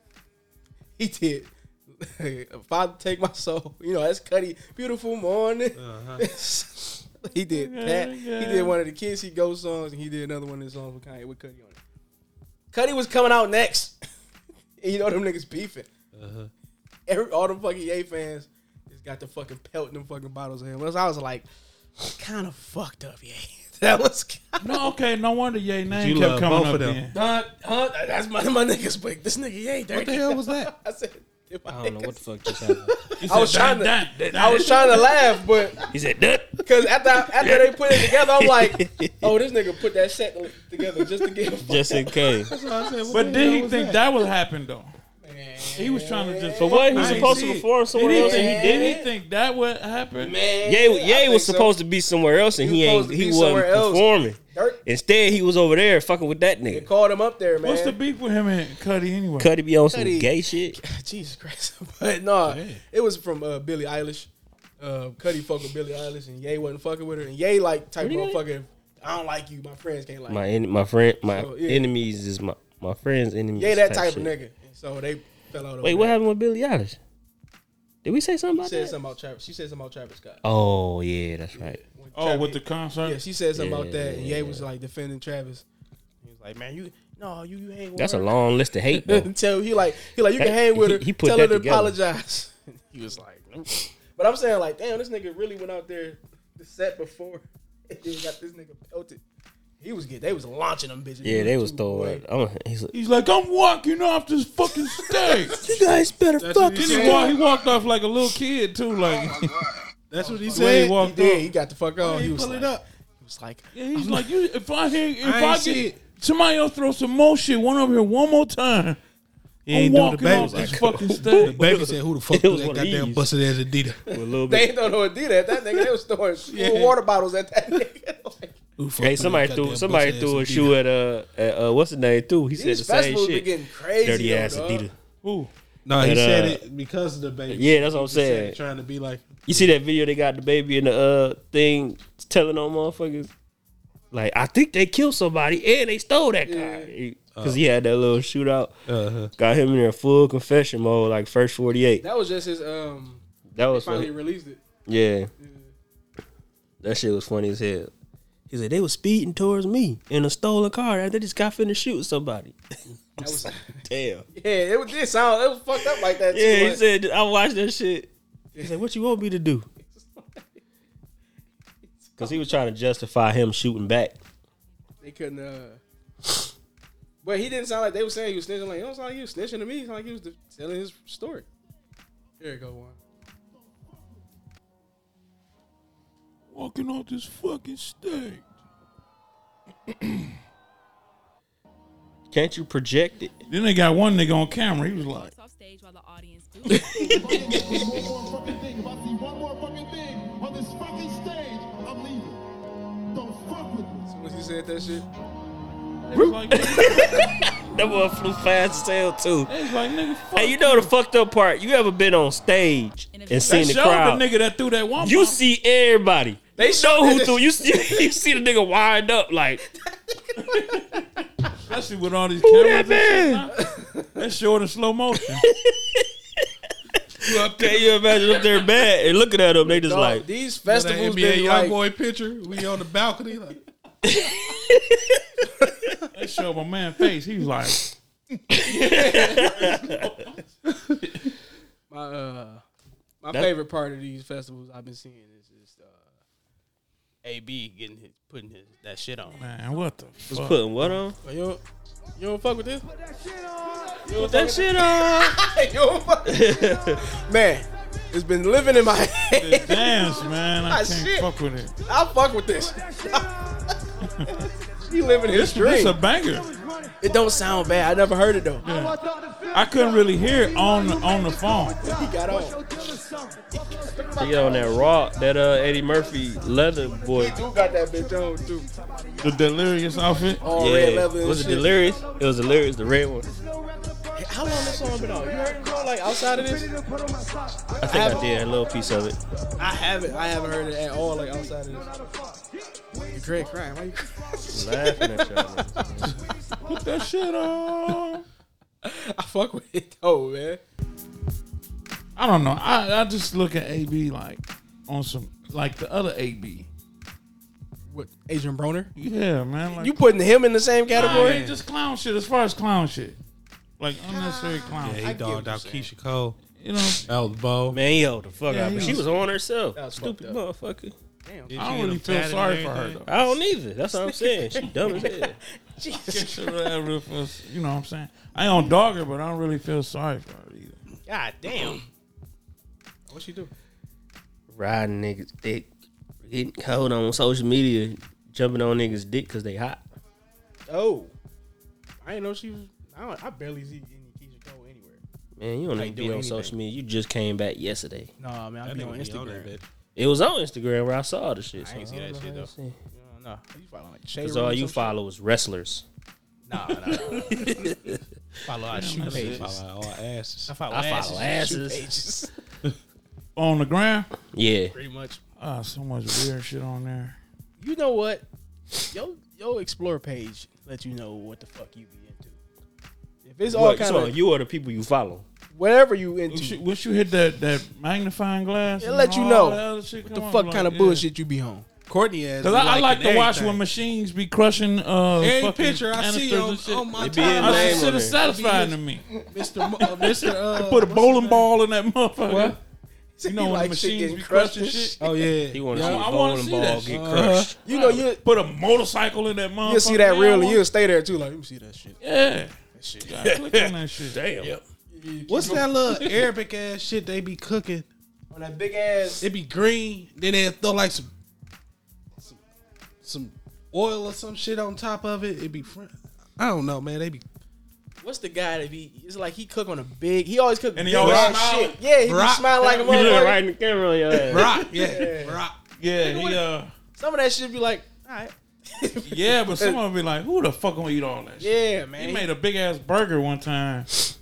He did. if I take my soul, you know that's Cuddy. Beautiful morning. he did that. He did one of the Kids He Go songs, and he did another one of the songs with Kanye with Cuddy on it. Cuddy was coming out next. and you know them niggas beefing. Every, all them fucking Ye fans just got the fucking pelting them fucking bottles of him. I was like, kind of fucked up, Ye. That was kind
No, okay, no wonder Ye name
you
kept
love
coming
both
up.
of them.
then.
Huh? Huh? That's my my niggas, but this nigga he ain't dirty.
What the hell was that?
I said, "If my
I don't know
niggas."
what the fuck just happened.
He
I was
said,
trying to,
"Dun, dun, dun,
I was
dun."
trying to laugh, but
He said, "Duck."
because after after they put it together, I'm like, oh, this nigga put that set together just to get a fuck.
Just in case.
That's what I said. What the
But
hell
did he
was
think
that?
that would happen though? He was trying to just.
But what he was
I ain't
supposed
see
to
it.
perform
Did
somewhere
he
else? and
think,
he
did
did
he think that would happen?
Man,
Ye,
I
Ye
think
was
so.
supposed to be somewhere else, and
He
he,
was
ain't.
supposed to
He
be
wasn't
somewhere else.
performing.
Dirk,
Instead, he was over there fucking with that
they
nigga.
called him up there, man.
What's the beef with him and Cuddy anyway?
Cuddy be on some
Cudi-
gay shit.
Jesus Christ. but no, it was from uh, Billie Eilish. Uh, Cuddy fuck with Billie Eilish, and Ye wasn't fucking with her. And Ye like type
Really?
motherfucker. I don't like you. My friends can't like. you.
My en- my friend, my
So, Oh, yeah.
enemies is my my friends' enemies.
Yeah, that type of
shit.
nigga. And so they fell out.
Wait,
over
what
that.
happened with Billy Eilish? Did we say something
She
about
said
that?
something about Travis. She said something about Travis Scott.
Oh yeah, that's right.
When
Oh,
Travis-
with the concert.
yeah, she said something about that, and
Yeah.
Ye was like defending Travis. He was like, "Man, you no, you, you hang with
That's a
her."
long list of hate though.
Tell he like he like you can hang with her.
He- he put
tell
that
her to
together.
apologize. he was like, nope. but I'm saying like, damn, this nigga really went out there the set before, and then got this nigga pelted. He was getting, they was launching them bitches.
yeah, they was
Too,
throwing.
boy.
I'm, he's like,
He's like, I'm walking off this fucking stage.
you guys better
what
fucking.
he
Then he, walk, he walked off like a little kid too, like
That's what
the way
he
he
said.
He
walked
did.
off.
He got the fuck off.
he
He was
pull
like,
it up.
he was like,
Yeah, he's like, you, if I hear, if
I ain't
I,
see
get somebody else throw some more shit, one over here one more time,
He
I'm
ain't doing the
walking
baby.
off this fucking stage.
baby said, "Who the fuck
It was
threw that
one of
goddamn
these.
busted ass Adidas?
A little bit.
They don't know what did that. That nigga, they was throwing full water bottles at that nigga. like,
Who the fuck
Hey,
threw
somebody
that
threw
goddamn
somebody
busted-ass
threw a
Adidas?
shoe at uh, at uh what's the name too? He said
these
the same
festivals be
shit.
getting crazy.
Dirty
though,
ass
dog.
Adidas.
Ooh,
No, he
But,
said
uh,
it because of the baby.
Yeah, that's what I'm
He said
saying.
it Trying to be like,
You see that video they got the baby in the uh thing telling on motherfuckers? Like, I think they killed somebody and they stole that guy. Because he had that little shootout.
uh-huh.
Got him in there full confession mode, like first 48.
That was just his. Um,
That was
finally
funny.
released it.
Yeah. That shit was funny as hell. He said, they were speeding towards me in a stolen car after this guy finished shooting somebody.
That was,
Damn.
yeah, it was- did sound. It was fucked up like that. Too.
Yeah, he
like,
said, I watched that shit. He said, what you want me to do? Because he was trying to justify him shooting back.
they couldn't. uh But he didn't sound like they were saying he was snitching. Like, it don't sound like he was snitching to me. It sound like he was de- telling his story. Here you go, one.
walking off this fucking stage.
Can't you project it?
Then they got one nigga on camera. He was like,
off stage while the audience booed.
One more fucking thing. If I see one more fucking thing on this fucking stage, I'm leaving. Don't fuck with me.
When he said that shit,
they was like, they
That boy flew fast as hell too.
was like nigga, fuck.
Hey, you know the fucked up part? You ever been on stage and
They
seen
they
the
showed
crowd?
the nigga that threw that one.
you
bomb.
see everybody.
They
They
showed
know who
that-
threw. You see, you see the nigga wind up like
especially with all these
Who
cameras.
that
and shit now. That's showing in slow motion.
Can you imagine up there bad and looking at them? They just
Dog,
like
these
That
festivals
NBA
been
young
like,
boy picture. We on the balcony. Like,
They showed my man face. He was like,
my uh, my
That-
favorite part of these festivals I've been seeing is just uh, AB getting his, putting his, that shit on.
man, what the
was
fuck?
putting what on?
You don't, you don't fuck with this? You don't
That shit on.
fuck- you don't fuck Man, it's been living in my head.
Dance, man. I
Ah,
can't
shit.
fuck with it.
I fuck with this. he living his
It's
dream.
a banger.
it don't sound bad. I never heard it though.
I couldn't really hear it on the, on the phone.
He got on.
He on that rock, that uh Eddie Murphy leather boy.
Dude got that bitch on too.
The delirious outfit.
All Oh, red
Yeah,
leather and
was it
shit.
delirious? It was delirious, the red one.
How long this song been on? You heard it bro? Like outside of this?
I think I did a little piece of it.
I haven't. I haven't heard it at all. Like outside of this. Great crying. Why you?
Laughing at y'all.
Put that shit on.
I fuck with it though, man.
I don't know. I, I just look at AB like on some like the other AB.
What? Adrian Broner?
Yeah, man. Like,
You putting him in the same
nah,
category?
ain't just clown shit. As far as clown shit, like unnecessary
Ah.
clown.
yeah, he dogged out Keisha Cole
You know,
out the ball.
Man, he hold the fuck
Yeah,
out.
he
But she
was-
was on herself.
That was
Stupid
fucked
motherfucker.
I don't really feel sorry for her though.
I don't either. That's what I'm saying. She dumb as hell.
I don't really feel- you know what I'm saying? I don't dog her, but I don't really feel sorry for her either.
God damn.
What she do?
Riding niggas dick, getting cold on social media, jumping on niggas dick because they hot.
Oh, I didn't know she was. I, don't, I barely see any Keisha Cole anywhere.
Man, you don't
Like,
even
do
be on
anything.
social media. You just came back yesterday.
No, man, I
That
be on
nigga be on that
Instagram.
bitch.
It was on Instagram where I saw the shit.
I ain't see that shit though. No, you follow like Shay
Because
Room
all
or
you
some shit?
follow is wrestlers.
Nah, nah, nah. follow our shoe
that's
pages.
it.
Follow all asses.
follow,
I follow
asses.
asses.
Shoe pages.
On the ground,
Yeah.
Pretty much.
ah, so much weird shit on there.
You know what? Yo, yo, explore page let you know what the fuck you be into. If it's all
What,
kind
so
of
you are the people you follow.
whatever you
Once you,
into,
once you hit that, that magnifying glass,
It
and
let you
all
know
that other shit
what the
come
fuck
up,
kind of
like, yeah.
bullshit you be on.
Courtney ass.
Cause
be
I, I like to
liking
watch when
everything.
machines be crushing uh
Every
fucking
picture I see
canisters and
on,
shit.
on my
It be his
timeline,
name
That's just
on
shit
there.
is satisfying to me.
Mr. Mo- uh, Mr. Uh,
Put a bowling ball in that motherfucker.
What?
You know when the
Like shit
machines
getting
be
crushed
crushing
and
shit.
Oh yeah.
He want to
Yeah,
see
I
a
wanna
bowling
see
ball
that
get
shit.
crushed.
You know you
Put a motorcycle in that motherfucker.
you see that
Yeah, I
really
want-
you'll stay there too. Like let me see that shit.
Yeah. Gotta click on that shit. Damn.
What's that little Arabic ass shit they be cooking?
On that big ass.
It be green, then they throw like some some, some oil or some shit on top of it. It be fr- I don't know, man. They be
What's the guy that be? It's like he cook on a big. He always cook
And he
big
always
ass
smile.
shit. Yeah, he
Barack.
be smiling Uh-huh. like a
You look
motherfucker.
right in the camera on your ass.
rock, yeah, rock.
Yeah, he, uh,
Some of that shit be like, all right.
yeah, but someone be like, "Who the fuck gonna eat all that?" shit?
Yeah, man.
He made a big ass burger one time.
that,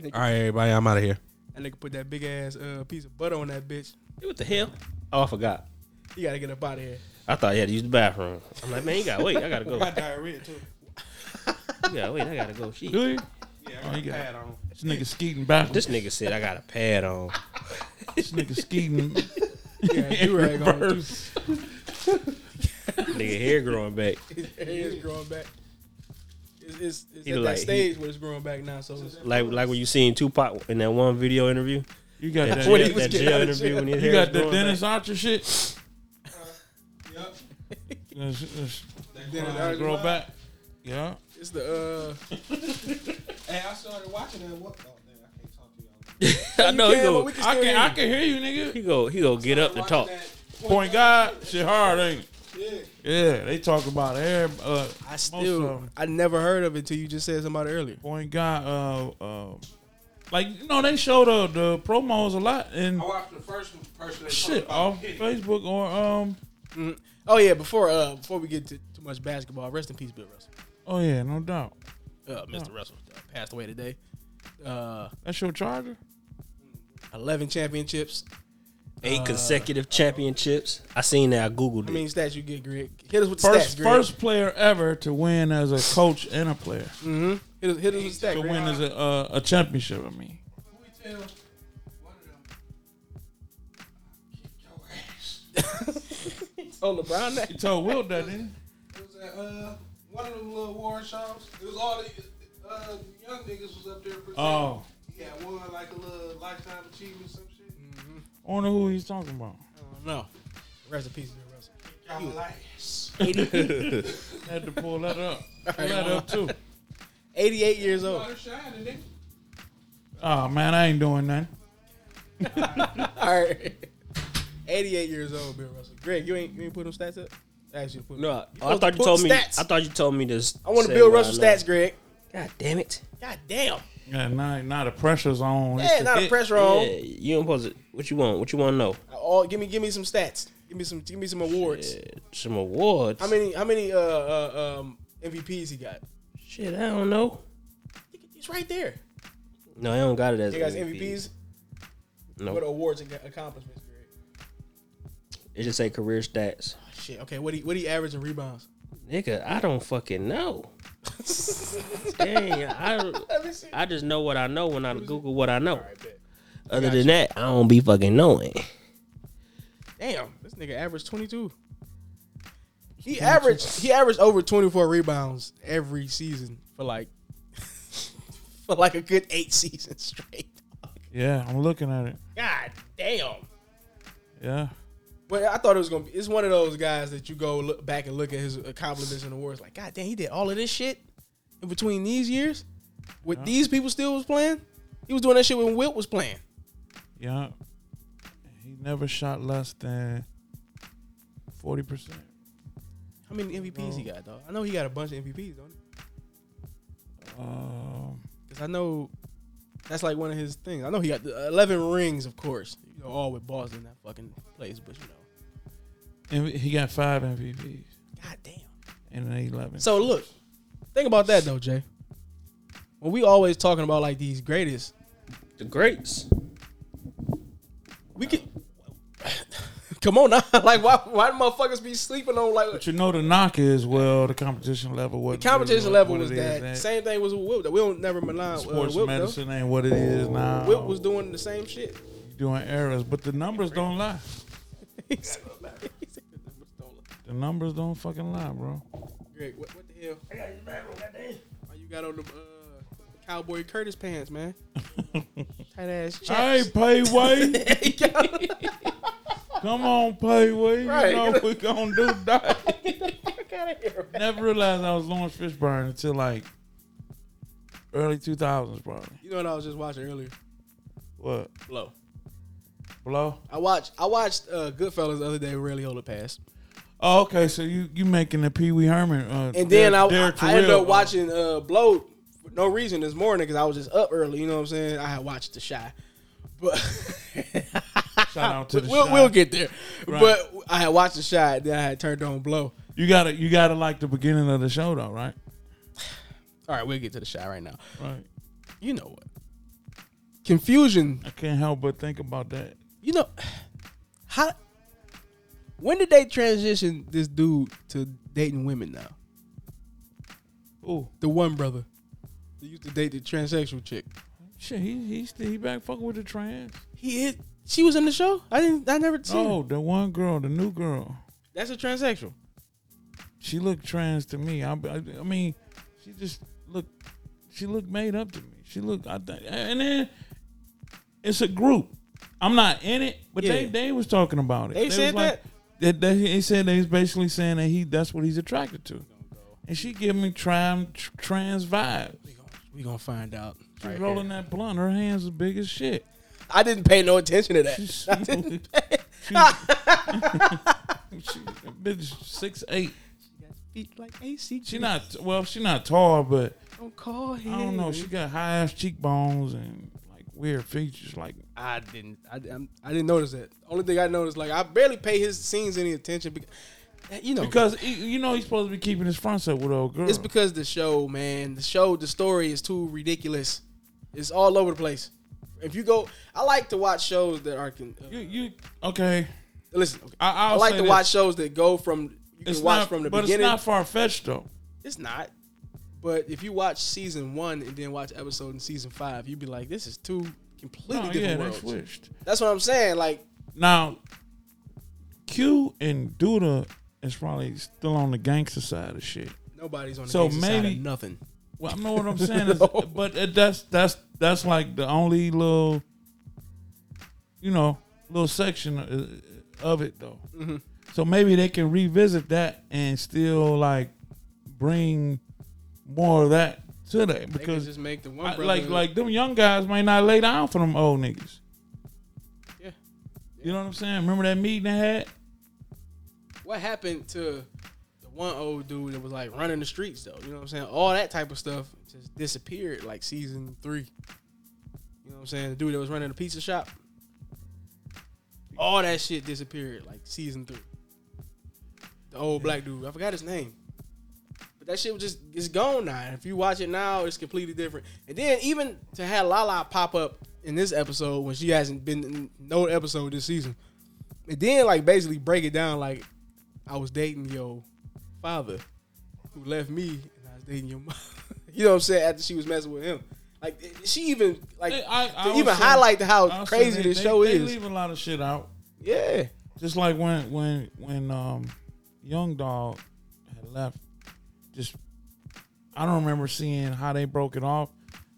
nigga,
All right, everybody, I'm out of here.
that nigga put that big ass uh, piece of butter on that bitch.
What the hell? Oh, I forgot.
You gotta get up out of here.
I thought he had to use the bathroom. I'm like, man, you gotta wait. I gotta go. You
diarrhea too.
gotta wait. I gotta go. Shit.
Do you? Yeah, oh, he got this nigga skeeting back.
This
This,
nigga said I got a pad on.
nigga skeeting
Yeah,
in
you rag on. too.
reverse.
Nigga hair growing back.
His hair is growing back. It's, it's, it's
He
at
look
that
like he-
stage where it's growing back now. So it's,
Like like when you seen Tupac in that one video interview.
You got that.
When
When
he
he
was
that
getting
jail
out of
interview
jail.
when his
You
hair was
got the
growing back.
Dennis Archer shit. That's- that's-
then it
that's
already-
grow back. Yeah.
it's the uh,
Hey, I started watching that. What? Oh, man, I can't talk to y'all.
I know he
yeah, but
go
we can
I
still
can
hear
I
you.
can hear you, nigga.
he go he go get up to talk.
That
Point guard, shit hard, ain't it? Yeah. Yeah, they talk about every. Uh,
I
most of
still,
'em.
I never heard of it until you just said somebody earlier.
Point guard, uh, uh, like you know, they show the the promos a lot and
watched the first person they
shit off Facebook or um.
Oh yeah, before uh before we get to too much basketball, rest in peace, Bill Russell.
Oh yeah, no doubt.
Uh, Mr. Russell uh, passed away today. Uh,
That's your charger.
eleven championships.
Eight consecutive championships. I seen that. I googled
I
it.
mean, stats you get, Greg. Hit us with the
First
stats, Greg.
first player ever to win as a coach and a player
hit us, hit us with the
to
stats.
win
Greg.
as a uh, a championship. I mean,
Oh, LeBron. that-
he told Will that didn't.
It was at uh, one of them little war shops. It was all the uh, young niggas was up there. For
Oh,
He had one like a little lifetime achievement, some shit.
I wonder who he's talking about.
Mm, No. Rest in peace, Bill Russell.
Y'all like
Had to pull that up. Pull that up too.
Eighty-eight years old.
water shining, nigga.
Oh man, I ain't doing nothing.
All right. 88 years old, Bill Russell. Greg, you ain't you ain't put them stats up? I asked you to put
no,
them.
I thought you told me.
Stats.
I thought you told me this.
I want to
say
Bill
why I
Russell
know.
stats, Greg.
God damn it!
God damn.
Yeah, now now the pressure's on. It's
Yeah,
the
not a
hit.
pressure
Yeah,
on.
you don't pose it. What you want? What you want to know?
All give me give me some stats. Give me some give me some awards.
Uh, some awards.
How many how many uh, uh um MVPs he got?
Shit, I don't know.
He's right there.
No, I don't got it as
He got his
MVP.
MVPs.
No,
What awards and accomplishments, Greg? Oh,
it just say career stats.
Shit. Okay. What he what he average in rebounds?
Nigga, I don't fucking know. Dang, I, I just know what I know when I Google what I know.
bet.
Other than that, I don't be fucking knowing.
Damn, this nigga averaged 22. He averaged he averaged over 24 rebounds every season for like for like a good 8 seasons straight.
Yeah, I'm looking at it.
God damn.
Yeah,
But I thought it was going to be it's one of those guys that you go look back and look at his accomplishments and awards like god damn, he did all of this shit in between these years with these people still was playing. He was doing that shit when Wilt was playing.
yeah. He never shot less than forty percent.
How many MVPs he got, dog? I know he got a bunch of MVPs, don't he?
Um,
Because I know that's like one of his things. I know he got the 11 rings, of course. You know, all with balls in that fucking place, but you know.
and he got five MVPs
God damn.
and an eleven.
So look, think about that though, Jay. When we always talking about like these greatest,
The greats.
we could come on now. like why why do motherfuckers be sleeping on like
but you know the knock is well the competition level. What
competition
what-
level
what
was
it is
that. Same thing was with Wilt. though. We don't never malign uh,
Sports
Wilt though.
medicine ain't what it is now.
Wilt was doing the same shit.
doing errors, but the numbers don't lie. The numbers don't fucking lie, bro.
Greg, what, what the hell? Why you got on the uh, cowboy Curtis pants, man? Tight ass
Hey,
chaps.
Payway,
Get
come on, Payway.
Right.
You know we gonna do that.
the fuck out of here, man.
Never realized I was Lawrence Fishburne until like early two thousands, probably.
You know what I was just watching earlier?
What
Blow.
blow?
I watched I watched uh, Goodfellas the other day. Really hold it past,
Oh, okay. So you you making the Pee Wee Herman? Uh,
and then I,
Derek
I, I ended
Terrell, uh,
up watching uh, Blow for no reason this morning because I was just up early. You know what I'm saying? I had watched The Shy, but
Shout out to the
we'll,
shot.
we'll get there.
Right.
But I had watched The Shy, then I had turned on Blow.
You gotta you gotta like the beginning of the show though, right?
All right, we'll get to The Shy right now.
Right.
you know what? Confusion.
I can't help but think about that.
You know how? When did they transition this dude to dating women? Now
Oh
the one brother that used to date the transsexual chick.
shit, he he still he back fucking with the trans.
He hit. She was in the show. I didn't. I never seen. her.
Oh, the one girl, the new girl.
That's a transsexual.
She looked trans to me. I, I, I mean, she just looked, she looked made up to me. She looked, I think, and then it's a group. I'm not in it, but they
Yeah.
they was talking about it.
They
was
said
like- They, they, they said they was basically saying that he that's what he's attracted to, and she giving me tram, tr- trans vibes.
We gonna, we gonna find out.
She
right
rolling
here.
that blunt, her hands as big as shit.
I didn't pay no attention to that. I didn't pay-
She, bitch, six eight.
Feet like AC.
She not well. She not tall, but
Don't call him.
I don't know. She got high ass cheekbones and like weird features. Like
I didn't. I, I'm- I didn't notice that. Only thing I noticed, like I barely pay his scenes any attention because, you know,
because he, you know he's supposed to be keeping his fronts up with old girl.
it's because the show, man. The show, the story is too ridiculous. It's all over the place. If you go, I like to watch shows that are can.
you, you okay?
listen, okay.
I-
I,
I'll
like
say
to
this.
watch shows that go from you can
It's
watch
not,
from the
but
beginning.
it's not far fetched though.
It's not. But if you watch season one and then watch episode in season five, you'd be like, this is two
No,
completely
Oh, yeah,
different
they
worlds.
switched.
That's what I'm saying. Like,
Now, Q and Duda is probably still on the gangster side of shit.
nobody's on the
So
gangster side of
maybe-
nothing.
Well, I know what I'm saying, is, but it, that's that's that's like the only little, you know, little section uh, of it though.
Mm-hmm.
So maybe they can revisit that and still like bring more of that to that
They can
because
just make the one
I-
brother.
like like them young guys may not lay down for them old niggas.
Yeah.
You know what I'm saying? Remember that meeting they had?
what happened to the one old dude that was like running the streets though? You know what I'm saying? All that type of stuff just disappeared like season three. You know what I'm saying? The dude that was running the pizza shop. All that shit disappeared like season three. The old black dude. I forgot his name. But that shit was just it's gone now. And if you watch it now, it's completely different. And then even to have Lala pop up in this episode when she hasn't been in no episode this season. And then like basically break it down like I was dating your father who left me and I was dating your mom. you know what I'm saying? After she was messing with him. Like it- she even like
They- I- I
to
would
even
say-
highlight
I
how
would say
crazy
they-
this
they-
show
they
is.
leave a lot of shit out.
Yeah.
Just like when when when um Young Dog had left, just I don't remember seeing how they broke it off.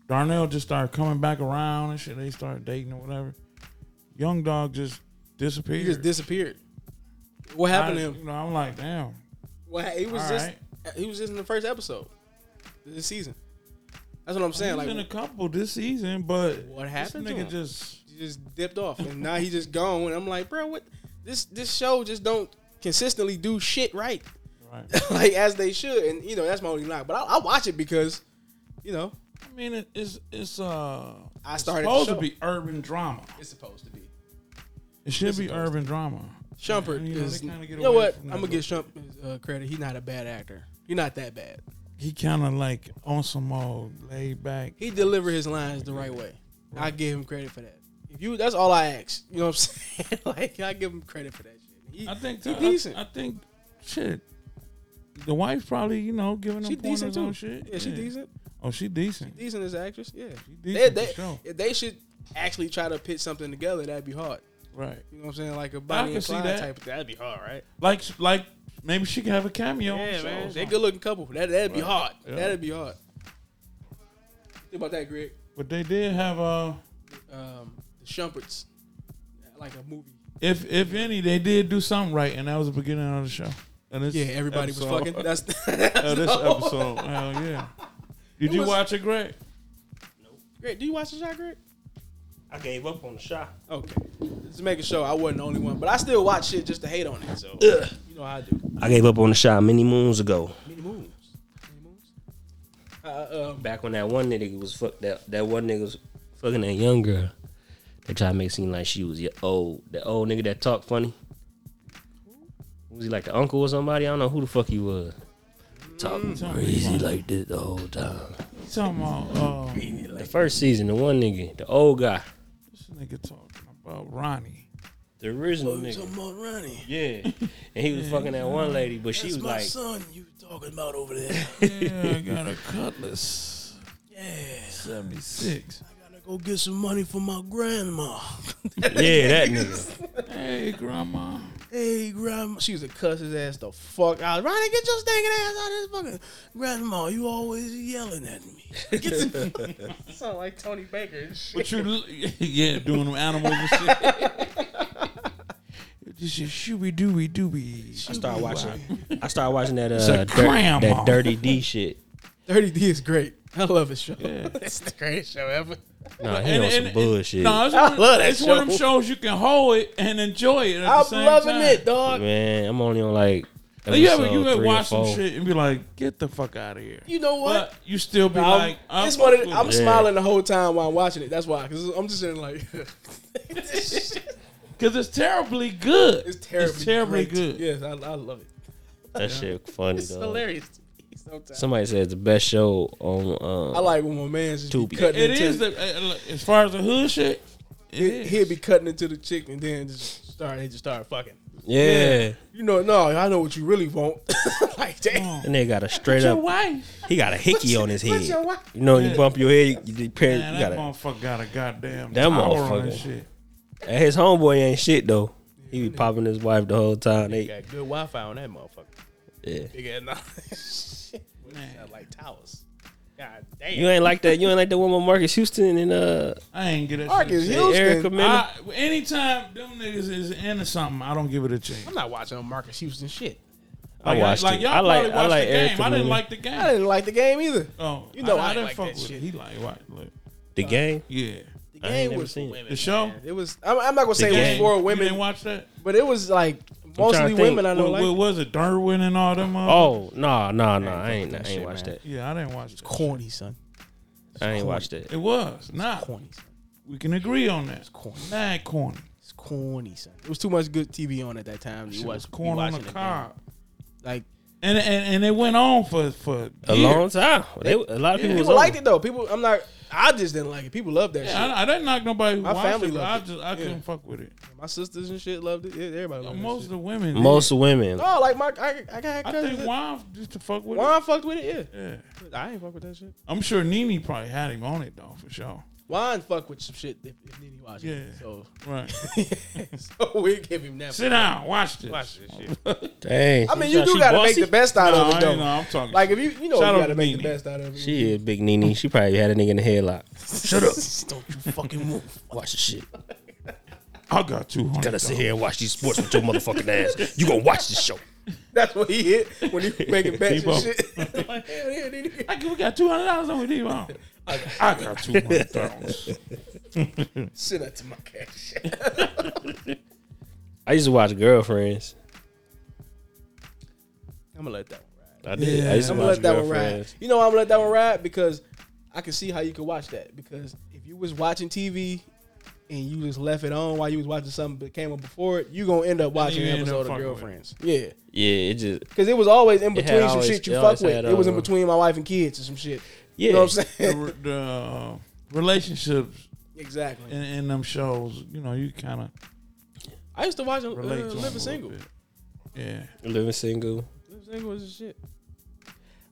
Darnell just started coming back around and shit. They started dating or whatever. Young Dog just disappeared.
He just disappeared. What happened
I-
to him?
You know, I'm like, damn.
Well, he was
All
just
right.
he was just in the first episode of this season. That's what I'm saying.
He's
Like
in a couple this season, but
What happened to
This nigga
him?
just
he just dipped off, and now he just gone. And I'm like, bro, what? This this show just don't consistently do shit right,
right.
like as they should. And you know that's my only knock. But I, I watch it because, you know,
I mean, it, it's it's uh.
I
it's
started the
supposed to
show.
be urban drama.
it's supposed to be.
It should be urban drama.
Shumpert
Yeah, you know,
is.
they
You
kinda get
know
away
what?
from
I'm
that
gonna
look.
give Shump his, uh, credit. He's not a bad actor. He's not that bad.
He kind of like on some old laid back.
He delivered his lines the right way. I give him credit for that. If you, that's all I ask. You know what I'm saying? like I give him credit for that shit. He,
I think
he
too,
decent.
I, I think shit. The wife probably you know giving him
she decent
pointers
too.
on shit.
Yeah, she decent.
Oh, she decent.
Decent as an actress. Yeah,
decent
they, they,
for sure.
If they should actually try to pitch something together, that'd be hard.
Right.
You know what I'm saying? Like a Bonnie
can
and
see
Clyde
that.
type. Of, that'd be hard, right?
Like like maybe she could have a cameo. on the
Yeah,
show or
man. They
something.
good looking couple. That that'd be hard.
Yeah.
That'd be hard. Think about that, Greg.
But they did have uh
Um, the Shumperts, like a movie.
if if any they did do something right and that was the beginning of the show. And this
Yeah, everybody
episode-
was fucking. That's,
uh, this episode. Hell yeah. Did
It
you
was-
watch it, Greg?
Greg, do you watch the shot, Greg?
I gave up on the shot.
Okay. Just making sure I wasn't the only one. But I still watch shit just to hate on it. So you know how I do.
I gave up on the shot many moons ago.
Many moons. Many moons. Uh, um,
Back when that one nigga was fuck that that one nigga was fucking that young girl. They tried to make it seem like she was y- old. That old nigga that talked funny. Was he like the uncle or somebody? I don't know who the fuck he was. Talking crazy like this the whole time.
You talking about uh
The first season, the one nigga, the old guy,
this nigga talking about Ronnie.
the original nigga.
talking about Ronnie.
Yeah, and he was fucking that one lady, but she was
My
like,
son you talking about over there.
Yeah, I got a cutlass. Yeah. Seventy six.
Gotta go get some money for my grandma.
yeah, that nigga.
Hey grandma.
Hey, grandma. She was a cuss his ass the fuck out. Ronnie, get your stinking ass out of this fucking grandma. You always yelling at me. Get the- Sound like Tony Baker. and shit.
But you, yeah, doing them animals and shit. This is shooby dooby dooby.
I started watching. I started watching that uh,
a
dirt,
grandma.
that Dirty D shit.
Dirty D is great. I love his show.
Yeah.
it's the greatest show ever.
Nah, he on some bullshit.
No, it's,
I
one,
love that
it's one of them
show.
shows you can hold it and enjoy it. At the
I'm
same
loving
time.
it, dog.
Man, I'm only on like.
Now, you ever
episode
Oh, you ever
three or
watch some
four.
shit and be like, get the fuck out of here.
You know what?
But you still be
I'm,
like, I'm,
it's one of the- I'm
Yeah.
smiling the whole time while I'm watching it. That's why, because I'm just saying like,
because it's terribly good.
it's terribly,
It's terribly
great.
good.
Yes, I, I love it.
That shit funny
It's
though.
hilarious to me sometimes.
Somebody said it's the best show on. Um,
I like when my man's just
Tubi.
be cutting
It
into
is the, uh, look, as far as the hood shit. It is.
he'd be cutting into the chick and then just start they just start fucking.
yeah,
You know, no, I know what you really want. like damn.
and they got a straight
your
up.
wife.
He got a hickey on his head.
What's your wife?
You know, you bump your head, you, you, parent,
Man,
you got
that
a,
motherfucker got a goddamn
That
tower on
motherfucker.
his shit.
and His homeboy ain't shit though. He be popping his wife the whole time.
They
They,
got good Wi Fi on that motherfucker.
yeah.
Big ass knowledge. like towers. God damn.
You ain't like that. You ain't like the woman Marcus Houston and uh
I ain't get it.
Marcus Houston.
Erica Mena.
I, anytime them niggas is into something, I don't give it a chance.
I'm not watching Marcus Houston shit.
I watched it.
like, Y'all
I like- I
probably watched
like
the game.
Erica
I didn't
Mena.
like the game.
I didn't like the game either.
oh,
You know I
I,
ain't
didn't
like
fuck
that
with
shit.
it. He like, what? Look,
the game.
yeah,
The
I ain't
game
never
was
seen
for
it.
women.
the show.
It was I'm, I'm not gonna say it was
game.
for
You didn't
women,
watch that.
but it was like
trying to
mostly
think.
women I know
What, what
like
was it? Derwin and all them. motherfuckers?
Oh no no no! I ain't I ain't watched that.
yeah, I didn't watch that.
corny son.
I ain't watched that.
It was nah.
Corny son.
We can agree on that. It's
corny.
Mad corny.
It's corny son. It was too much good TV on at that time. You
Shit was
was
corn on the cob.
Like
And, and and it went on for for
A
years.
long time. They, a lot of people was
People
over.
liked it though. People, I'm not. I just didn't like it. People love that
Yeah, I, I didn't knock nobody who
My
watched
family
it, but I
loved it.
just I
Yeah.
couldn't fuck with it.
shit. My sisters and shit loved it. Yeah, everybody loved
Most
it.
of the women, did.
Most women.
No, like my, I, I got
I think
cousins. Juan,
Juan just to fuck with
Juan fucked with it.
it. Yeah,
Yeah, I ain't fuck with that shit.
I'm sure Nene probably had him on it though for sure.
Juan fucked with some shit if, if Nene watched it.
Yeah.
So,
Right.
so we give him that.
Sit down. Watch this.
Watch this shit.
Dang.
I mean, you
sometimes
do
she
gotta
bossy.
make the best out
No,
of
I
it
ain't-
though.
no, I'm talking.
Like if you, you know,
Shout
you
out
gotta
to
make the
Nene.
best out of it.
She is big Nene. She probably had a nigga in the headlock. Shut up.
Don't you fucking move.
Watch the shit.
I got two hundred.
Gotta sit here and watch these sports with your motherfucking ass. You gonna watch this show.
That's what he hit when he making bets
Keep
and
up.
shit. Like, hell yeah, Nene.
I we got two hundred dollars on with him. on. I I got two hundred dollars.
Sit up to my cash.
I used to watch Girlfriends.
I'm gonna let that one ride.
I did. I used to
I'm
watch
gonna let that one ride.
Girlfriends.
You know, why I'm gonna let that one ride because I can see how you could watch that. Because if you was watching TV and you just left it on while you was watching something that came up before it, you gonna end up watching
you
an
end up
episode of
fucking with it.
Girlfriends. Yeah,
Yeah, it just
because it was always in
It had
between some
always-
shit you
it
fuck
always
with.
had,
it was in
uh,
between my wife and kids or some shit.
yeah.
You know what I'm
the,
saying?
re- the uh, relationships
exactly.
in, in them shows, you know, you kind of
I used to watch uh,
relate to 'em a
Living
little
Single.
bit. Yeah,
Living single.
Living Single was the shit.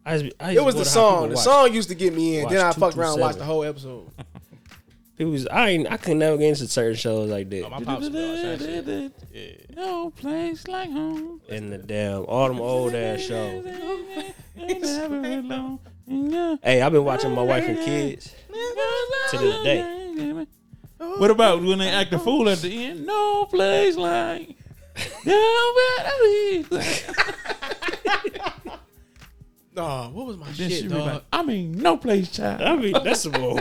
I used, I used
It was
to
the
wonder how people
song. The
watch.
song used to get me in.
watch
Then I
two
fucked
through
around and watched the
seven.
whole episode.
People was, I ain't. I could never get into certain shows like that.
Oh, My pops would watch that shit.
no place like home.
and the damn all them old ass shows.
Ain't never been long. Yeah.
Hey, I've been watching my wife and kids. To this
day. What about when they act a fool at the end? No place like. No place.
Nah, what was my
Then she
shit,
be
dog?
like, I mean, no place, child.
I mean, that's some old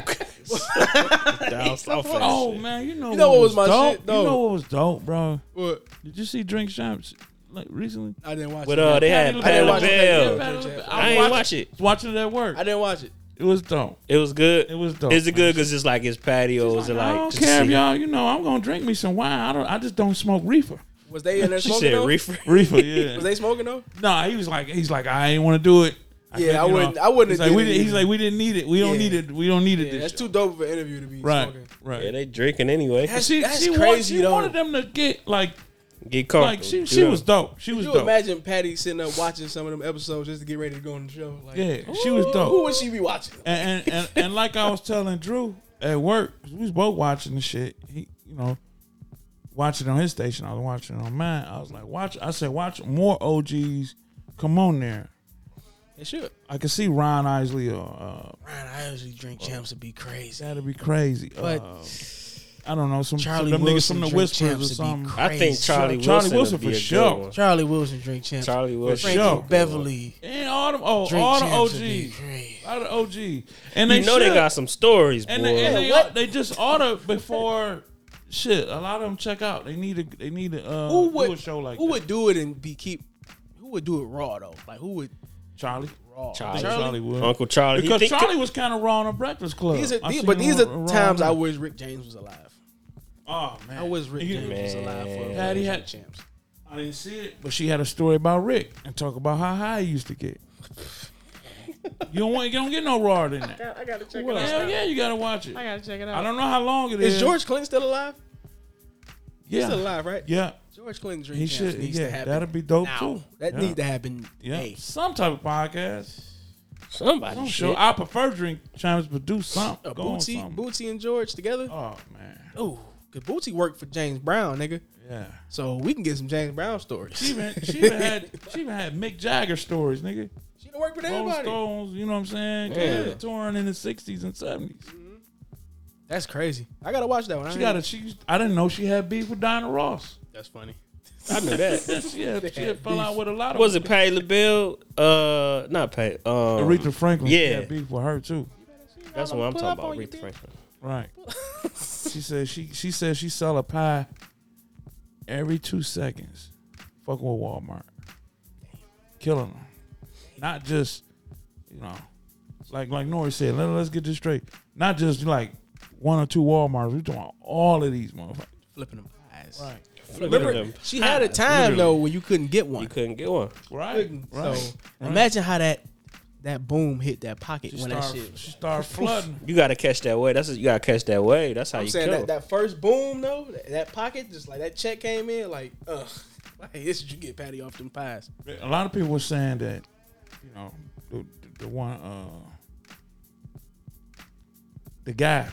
down south. ass
oh
shit.
man, you know,
You know what was my
dope?
shit,
You know
though?
what was dope, bro?
What?
Did you see Drink Champs like recently?
I didn't watch
But
it.
uh, they had
I
Patti
didn't watch it.
LaBelle.
Yeah,
I ain't watch it.
was watching it at work.
I didn't watch it.
It was dope.
It was good.
It was dope.
Is it good because it's like it's patios and like.
I don't
just
care if
see-
Oh, y'all, you know, I'm gonna drink me some wine. I don't. I just don't smoke reefer.
Was they in there
She
smoking?
said
though?
reefer.
Reefer, yeah.
Was they smoking though?
nah, he was like, he's like, I ain't want to do it.
Yeah, I
couldn't, you know.
wouldn't- I wouldn't
He's
have
like,
did
we
it
didn't- he's
either.
like, we didn't need it. We don't
Yeah.
need it. We don't need it.
Yeah,
this
that's
show.
too dope for an interview to be
Right,
smoking.
right.
Yeah, they drinking anyway.
That's,
she
that's
she
crazy
wanted, she
though.
wanted them to get like
Get comfortable.
like she
you
she
know?
was dope. She was
Could you
dope.
imagine Patty sitting up watching some of them episodes just to get ready to go on the show? Like,
Yeah, she was
Who
dope.
would she be watching?
And, and and and like I was telling Drew at work, 'cause we was both watching the shit. He, you know, watching on his station. I was watching on mine. I was like, watch. I said, watch more OGs. Come on there.
It should.
I could see Ron Isley or uh,
Ryan, I usually drink champs would be crazy.
that'd be crazy.
But-
Uh, I don't know some
Charlie
some them niggas
Wilson
from the
drink
Whispers or
champs would be
something.
crazy.
I think Charlie,
Charlie
Wilson,
Wilson
would be
for
a
sure.
Good one.
Charlie Wilson drink champs.
Charlie Wilson.
Frankie
sure.
Beverly
And all them, oh,
drink
all the
champs would be
OGs,
crazy.
all the OG, and they
You know they
should.
got some stories, boy.
and they, and they,
What?
they just order before shit. A lot of them check out. They need to they need to uh,
Who
do
would
a show like
who
that.
would do it and be keep? Who would do it raw though? Like who would
Charlie.
raw?
Charlie.
Charlie would.
Uncle Charlie.
Because
he think-
Charlie was kind of raw on the Breakfast Club.
These
I
are, these,
seen
but
him
these
on-
are
on-
times I
on-
wish Rick James was alive.
Oh man,
I wish Rick
He-
James was alive for
Man.
Patty had-
champs.
I didn't see it, but she had a story about Rick and talk about how high he used to get. you don't want you don't get no raw than that.
I gotta check
Well, hell yeah, you gotta watch it. I
gotta check it out.
don't know how long it is.
Is George Clinton still alive?
yeah.
He's still alive, right?
Yeah,
George Clinton drink
he
champs
should.
needs to
Yeah,
happen.
that'd be dope
now.
too.
That
yeah.
needs to happen.
Yeah,
Hey,
some type of podcast.
somebody.
I'm
shit.
Oh, sure I prefer drink chimes, but do something.
a
Go on
Bootsy,
something.
Bootsy and George together.
Oh man,
Oh, cause Bootsy worked for James Brown, nigga.
yeah.
So we can get some James Brown stories.
She even she even had she even had Mick Jagger stories, nigga.
She done worked with
Rolling
everybody.
Stones, you know what I'm saying?
Yeah.
Yeah. Touring in the '60s and '70s.
That's crazy. I gotta watch that one. I
She
ain't-
got a she. I didn't know she had beef with Diana Ross.
That's funny.
I knew that.
she had, she had fell out with a lot of.
Was it Patty LaBelle? Uh, not Patty. Um,
Aretha Franklin? She
Yeah.
had beef with her too.
That's what I'm talking about. Aretha Franklin.
Right. she said she she said she sell a pie every two seconds. Fucking with Walmart, killing them. Not just you know, like like Nori said. Let, let's get this straight. Not just like one or two Walmarts. We talking about all of these motherfuckers.
Flipping them eyes.
Right.
Remember, she had a time
Literally.
though when you couldn't get one.
You couldn't get one.
Right.
Couldn't.
Right.
So imagine how that that boom hit that pocket
She
when that
started,
shit.
she started flooding.
You gotta catch that wave. That's you gotta catch that wave. That's how
I'm
you
saying
kill.
that,
'em.
that first boom though, that, that pocket just like that check came in like ugh. Like this is you get Patty off them pies.
a lot of people were saying that, you know, the, the, the one, uh, the guy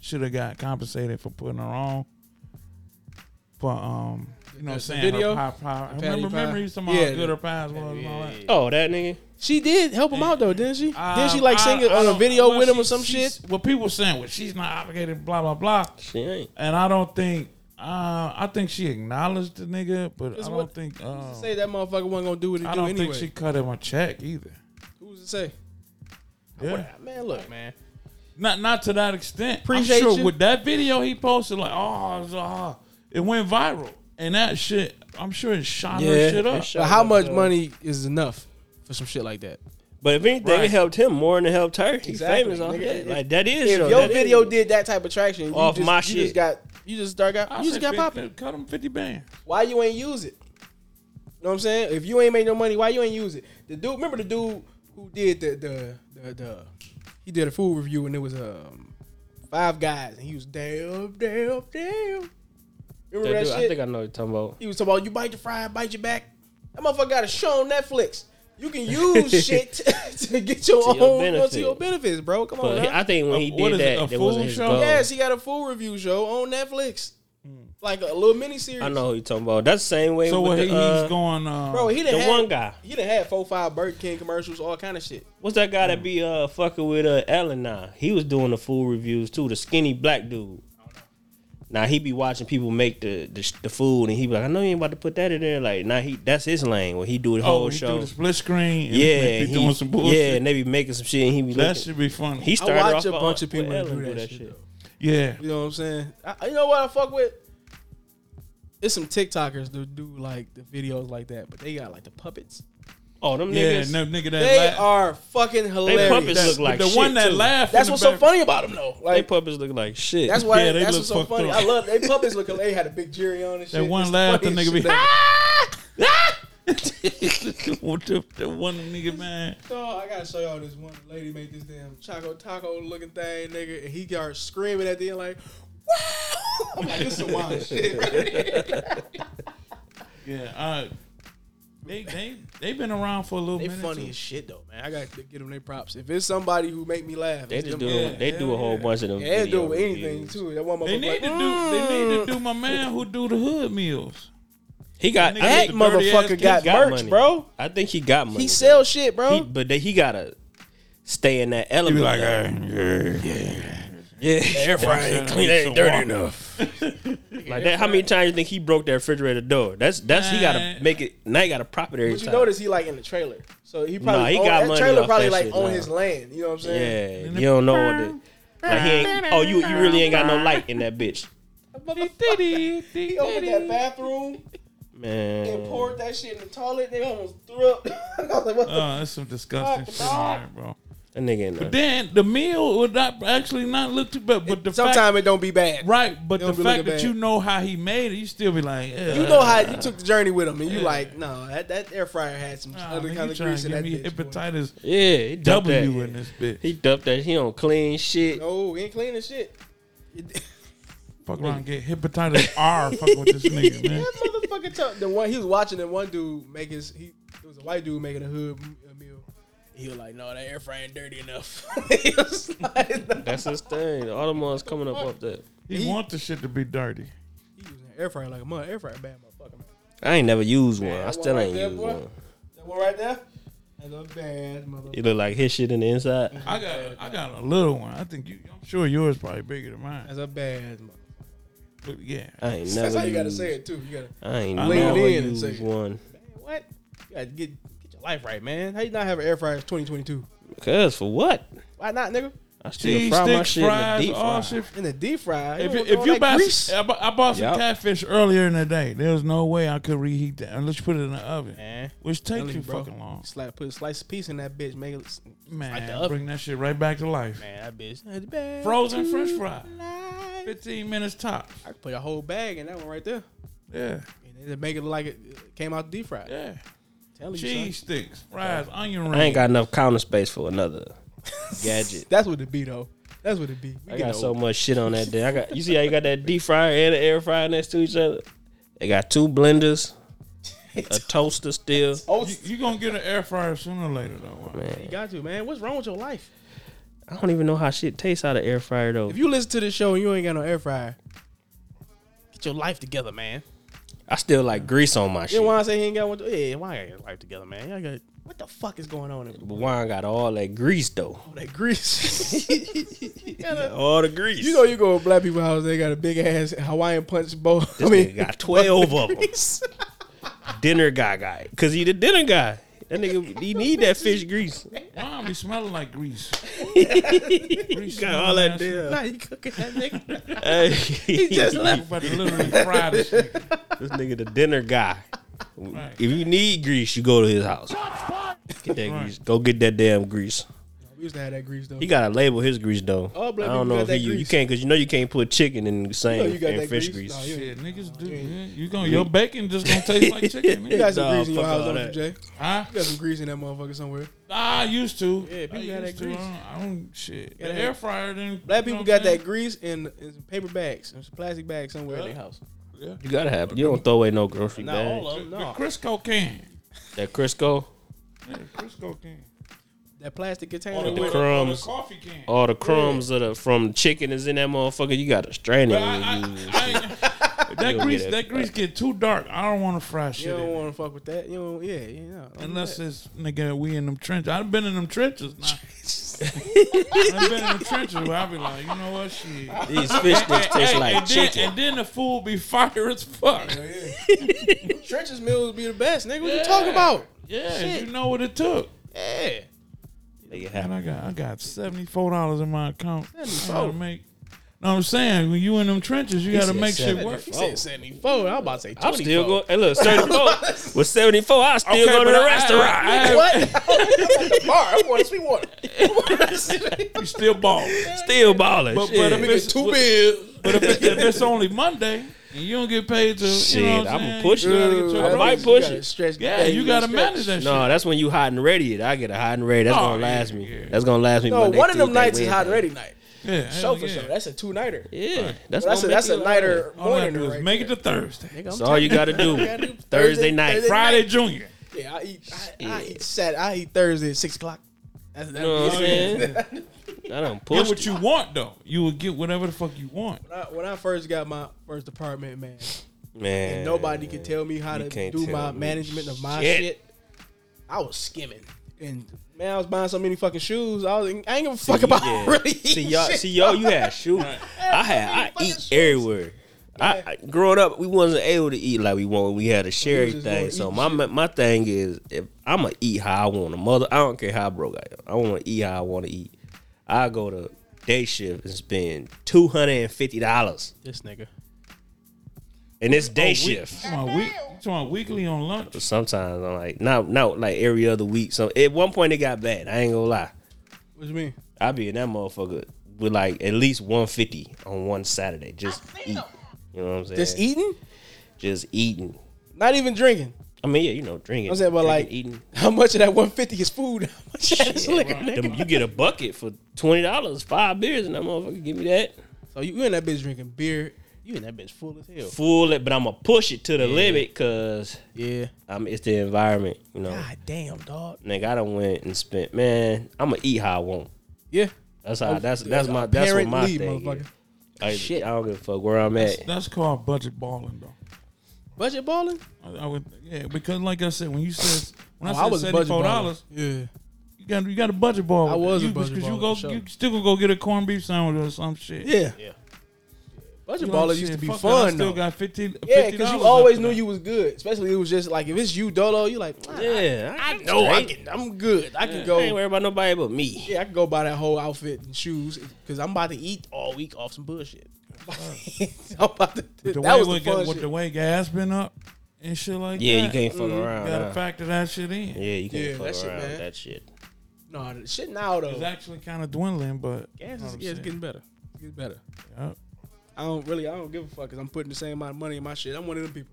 should have got compensated for putting her on. For um,
The-
you know, what I'm
the
saying
video?
her pie, pie.
patty
Remember,
pie?
remember, he was talking about
Yeah,
how good
the-
her pies was and all that.
oh, that nigga.
She did help him out though, didn't she? didn't she
Um,
like
I-
sing it
I
on a
don't-
video
well,
with him or
she-
some
she's-
shit?
Well, people saying, well, she's not obligated, blah blah blah.
She ain't.
And I don't think, uh, I think she acknowledged the nigga, but I
It's
don't
what-
think, uh,
Say that motherfucker wasn't gonna do what he
I
do
don't
anyway.
think she cut him a check either.
Who was it say?
Yeah.
Man, look, man.
Not not to that extent.
Appreciate
I'm sure
you.
with that video he posted, like, oh, it, was, uh, it went viral. And that shit, I'm sure it shot her
Yeah,
shit
it
up.
shot-
But how
Shout out
much
to-
money is enough for some shit like that?
But if anything, it
Right.
helped him more than it helped her. He's
Exactly,
famous off
nigga.
that.
If-
Like that is
If
your,
your
that
video
is-
did that type of traction, you
Off
just,
my
you just
shit.
got you just start got
I
you just
said
got
50
popping.
Cut him 50 band.
Why you ain't use it? You know what I'm saying? If you ain't made no money, why you ain't use it? The dude, remember the dude who did the the the, the he did a food review and it was um five guys and he was damn damn damn. Remember that,
That dude, I
shit?
think I know what you're talking about.
He was talking about you bite the fry, bite your back. That motherfucker got a show on Netflix. You can use shit to get your
To
own
your
to
benefit.
your benefits, bro. Come on,
But
now.
I think when he
Uh, what
did
is it,
that,
a
it, that
food
wasn't his
show?
goal.
yes, he got a full review show on Netflix, like a little mini series.
I know who you're talking about. That's the same way
So
with
what
the,
he,
uh,
he's going, uh,
bro. He done
the
had,
one guy.
He done had four, five Burger King commercials, all kind of shit.
What's that guy that be uh fucking with uh Ellen now? He was doing the food reviews too. The skinny black dude. Now he be watching people make the, the sh- the food, and he be like, "I know you ain't about to put that in there." Like, now he that's his lane where he do the whole
oh, he
show.
do the split screen. And
yeah,
he
he-
doing some bullshit.
Yeah, and they be making some shit, and he be
that
looking.
should be funny.
He started
watch
off
a
on-
bunch of
with
people that
Ellen
do that shit, though.
yeah.
You know what I'm saying? I, you know what I fuck with? It's some TikTokers that do like the videos like that, but they got like the puppets.
Oh, them
Yeah,
niggas.
no nigga that
They
laugh-
are fucking hilarious.
puppets
that-
look like
the
shit,
one that
too.
laughed.
That's
in the
what's so
back-
funny about them though.
they
Like
puppets look like shit.
That's why.
Yeah, they
that's
look
what's so
fucked
funny.
up.
I love they puppets look. They had a big jury on and shit.
That one
It's
laugh, the
funny
nigga be.
shit that-
that one nigga man.
Dog, Oh, I gotta show y'all this one lady made this damn choco taco looking thing, nigga, and he got screaming at the end like, "Wow!" I'm like, this is wild shit.
Yeah, uh, they they they been around for a little
They
minute.
funny
too.
as shit though, man. I gotta give them their props. If it's somebody who make me laugh,
They
it's
just
them
do.
niggas.
they do a whole bunch of them.
Yeah, they
video
do anything
reviews.
too. That one
They
motherfucker.
need
like, "Mm."
to do. They need to do my man who do the hood meals.
He got.
That nigga
I
That
with
think,
the dirty ass
motherfucker
kids
got,
got
merch,
money.
bro.
I think he got money.
He sells shit, bro.
He- but they, he gotta stay in that
He
element.
be like,
though.
"Hey, yeah, yeah.
Yeah,
Air fryer ain't clean, ain't dirty enough.
like that. How many times you think he broke that refrigerator door? That's that's he gotta
Man.
make it. Now he gotta prop it every
But you
time.
notice he like in the trailer, so he probably
Nah, he
own-
got
that
money
trailer
off
probably
that
like
shit,
on
nah.
his land. You know what I'm saying?
yeah, you don't know what. The, like he ain't, oh, you you really ain't got no light in that bitch,
He opened that bathroom and
man.
poured that shit in the toilet. They almost threw up. I was like, what the?
Uh, that's some disgusting shit,
dog.
in there, bro.
That nigga ain't nothing.
Then the meal would not actually not look too bad, but the fact,
Sometimes it don't be bad.
right? But the
don't be
fact
looking
that
bad.
you know how he made it, you still be like,
You know how you took the journey with him, and you like, no, that, that air fryer had some
Nah,
other
man,
kind
you
of
trying
grease
to
in
give
that
me
bitch. boy.
hepatitis
Yeah, he dumped
W
that.
in this bitch.
He dumped that. He don't clean shit.
No, we ain't cleaning shit. that
Fuck around, and get hepatitis R. fucking with this nigga, man.
motherfucker took the one he was watching. That one dude make his he it was a white dude making a hood m- a meal. He was like, no, that air fryer ain't dirty enough. he was like, no.
That's his thing. All the ones coming up up there.
He, want the shit to be dirty.
He using an air fryer like a mother. Air fryer bad motherfucker. Man.
I ain't never used one. I
that
still
one
ain't
right there,
used
boy.
one.
That one right there. That's a bad motherfucker.
It look like his shit in the inside.
I got, I got a little one. I think you, I'm sure yours probably bigger than mine.
That's a bad motherfucker.
But yeah,
I ain't never.
That's how you gotta
used-
say it too. You gotta
I ain't
I
never
lean in and
used
say it.
one.
man, what? You gotta get get your life right, man. How you not have an air fryer? It's 2022.
Cause for what?
Why not, nigga?
I still
cheese
fry my
sticks,
shit in the
fries,
deep fryer.
all shit.
In the deep fryer.
If,
don't
if
want
you
that
buy,
grease.
I bought, I bought some
Yup.
catfish earlier in the day. There was no way I could reheat that unless you put it in the oven,
Man,
which takes
telling
you
you, bro.
fucking long.
slap put a slice of piece in that bitch. Make it s- like the
Man,
oven.
bring that shit right back to life.
man, that bitch. That's bad.
Frozen French fry,
I
fifteen minutes top.
could put a whole bag in that one right there,
Yeah,
and it make it look like it uh, came out deep fried.
yeah.
Tell you,
Cheese
Jeez.
sticks, fries, onion rings.
I ain't got enough counter space for another gadget.
that's what it be though. That's what it be. We
I
get
got
old.
so much shit on that day. I got you see how you got that deep fryer and the air fryer next to each other. They got two blenders, a toaster still.
Oh,
You, you gonna get an air fryer sooner or later though.
you
Man,
got to man. What's wrong with your life?
I don't even know how shit tastes out of air fryer though.
If you listen to this show and you ain't got no air fryer, get your life together, man.
I still like grease on my
Then
shit.
why I say he ain't got one? Yeah, why I got your life together, man? Y'all got what the fuck is going on? in
But wine got all that grease though.
That grease.
All the grease.
You know you go to black people house, they got a big ass Hawaiian punch bowl.
This nigga got 12 of 'em. dinner guy guy. Cause he the dinner guy. That nigga he need that fish grease.
Mom be smelling like grease.
He got all that damn.
Nah, you cooking that nigga.
Hey.
just
You about to literally fry this shit.
This nigga the dinner guy.
Right.
If you need grease, you go to his house. Get that
Right.
grease. Go get that damn grease.
We used to have that grease though.
He
You,
gotta label his grease though.
Oh,
I
black
don't
people
know
got
if he
that
you, you
grease.
can't because you know you can't put chicken in the same
Oh, you got
and
that
fish
grease.
grease.
No, you-
Shit, niggas do. man. You gonna your bacon just gonna taste like chicken? nigga.
got some
Nah,
grease in your
fuck
house,
all
don't you,
that.
Jay?
Huh?
You got some grease in that motherfucker somewhere.
I used to.
Yeah, people
I
got that
used to.
grease.
I don't, I don't shit.
Got
the
that-
air fryer didn't.
Black
you
people
know what
got
I'm
that
saying?
grease in, in some paper bags, in some plastic bags somewhere in their house.
You gotta have. it. You don't throw away no grocery
Not all
bag.
of them. No,
The Crisco can.
That Crisco,
Yeah, Crisco can.
that plastic container.
the
With,
crumbs. Oh,
Or the coffee can.
all the crumbs of the, from the chicken is in that motherfucker. You gotta strain it.
But
when
I,
you use it.
I, I, that
don't
grease,
get it.
that grease get too dark. I don't want to fry
you
shit. in
don't
it.
want to fuck with that. You don't. Yeah, you know. don't do
Unless
that.
it's nigga, we in them trenches. I've been in them trenches now. I've been in them trenches where I be like, you know what, shit.
These fish sticks taste
Hey,
like
and, then,
chicken.
and then the food be fire as fuck.
Trench's meals be the best, nigga. What
Yeah.
you talking about?
Yeah,
Shit.
you know what it took.
Yeah.
Nigga
And
have-
I got I got seventy four dollars in my account. I gotta
74.
make. No, I'm saying when you in them trenches, you gotta
said
make shit
70.
work.
He said 74. I'm about to say 24.
I'm still going. Hey, look, 74. with 74, I still go to the restaurant.
What? I'm at the bar. I'm going to Sweetwater.
You still ball.
still balling.
But,
shit.
but if it's
Two bills.
but if, it's- if it's only Monday and you don't get paid till
Shit,
you know what
I'ma
I'm saying,
push
you gotta get
it.
your
I
bro-
might
You
push
gotta
it.
Stretch,
Yeah, you gotta
stretch.
manage that shit.
no, that's when you hot and ready. I get a hot and ready. That's
Oh,
gonna last
yeah,
me.
yeah.
That's gonna last me.
No,
Monday,
one of them
Tuesday,
nights is hot and
Wednesday.
ready night.
yeah,
Show
hell
for
yeah.
show. That's a two nighter.
Yeah,
That's
that's gonna
a
make
that's a
you-
nighter
All I
morning.
do is
right
make it
there.
to Thursday,
Nigga, I'm
That's all you gotta
telling
do.
gotta do
Thursday night,
Thursday
Friday Junior.
Yeah, I eat. I, I eat Sat. I eat Thursday at six o'clock. That's that.
You know what I'm saying? I don't
Oh, Get
push.
what you want though. You will get whatever the fuck you want.
When I, when I first got my first apartment, man,
man.
and nobody could tell me how
you
to
can't
do
tell
my
me
management of my
shit.
shit. I was skimming And man, I was buying so many fucking shoes. I was I ain't give a fuck about
yeah.
really.
See
eating
y'all,
shit.
see y'all. You had shoes. I had. I eat everywhere. I, I growing up, we wasn't able to eat like we want. We had to share
We just
everything.
wanna
So
eat
my my thing is, if I'm gonna eat how I want to, mother, I don't care how broke I am. I want to eat how I want to eat. I go to day shift and spend two hundred and fifty dollars,
This nigga.
and it's day
Oh, we-
shift.
You talking, about week, you talking about weekly on lunch?
Sometimes I'm like, not not like every other week. So at one point it got bad. I ain't gonna lie.
What you mean?
I be in that motherfucker with like at least 150 on one Saturday. Just eat. You know what I'm saying?
Just eating?
Just eating.
Not even drinking.
I mean, yeah, you know, drinking.
I'm saying, but
drinking,
like, how much of that 150 is food? How much of that is liquor?
eating. Them- you get a bucket for twenty dollars, five beers, and that motherfucker give me that
So you, you in that bitch drinking beer? You in that bitch full as hell?
full. it, But I'm gonna push it to the limit because
Yeah.
I'm it's the environment. You
Oh.
know,
God damn, dog.
nigga, I done went and spent. Man, I'm gonna eat how I want.
Yeah.
That's how. That's that's my. That's what
Parent
my
lead,
thing.
Oh, motherfucker.
Is. Like, Shit, I don't give a fuck where I'm at.
That's called budget balling, though.
Budget balling?
I, I would, yeah, because like I said, when you said when
Oh,
I said seventy four
balling.
dollars,
Yeah.
you got you got a budget ball.
I was a
you,
budget
because
baller,
you go,
for sure.
you still gonna go get a corned beef sandwich or some shit.
Yeah.
Yeah.
Budget
You know what
baller
I'm
used to
saying?
be
Fuck that, I
fun
still
though.
got 15
Yeah, because you
$50
always
after
knew
that.
you was good. Especially it was just like if it's you dolo, you like, "Ah,
Yeah, I,
no, I can, I'm good. I can
I ain't
go.
worried about nobody but me.
Yeah, I can go buy that whole outfit and shoes because I'm about to eat all week off some bullshit. I'm about to,
The
that
way
was the
we get-
fun
with
shit.
the way gas been up and shit like
Yeah,
that.
you can't fuck around.
You gotta
huh?
factor that shit in.
yeah, you can't
Yeah,
fuck
that shit,
around with
man.
that shit.
no, the shit now though.
It's actually kind of dwindling, but
Gas
you know
is
what I'm
yeah, it's
saying?
getting better. It's getting better.
Yep.
I don't really, I don't give a fuck because I'm putting the same amount of money in my shit. I'm one of them people.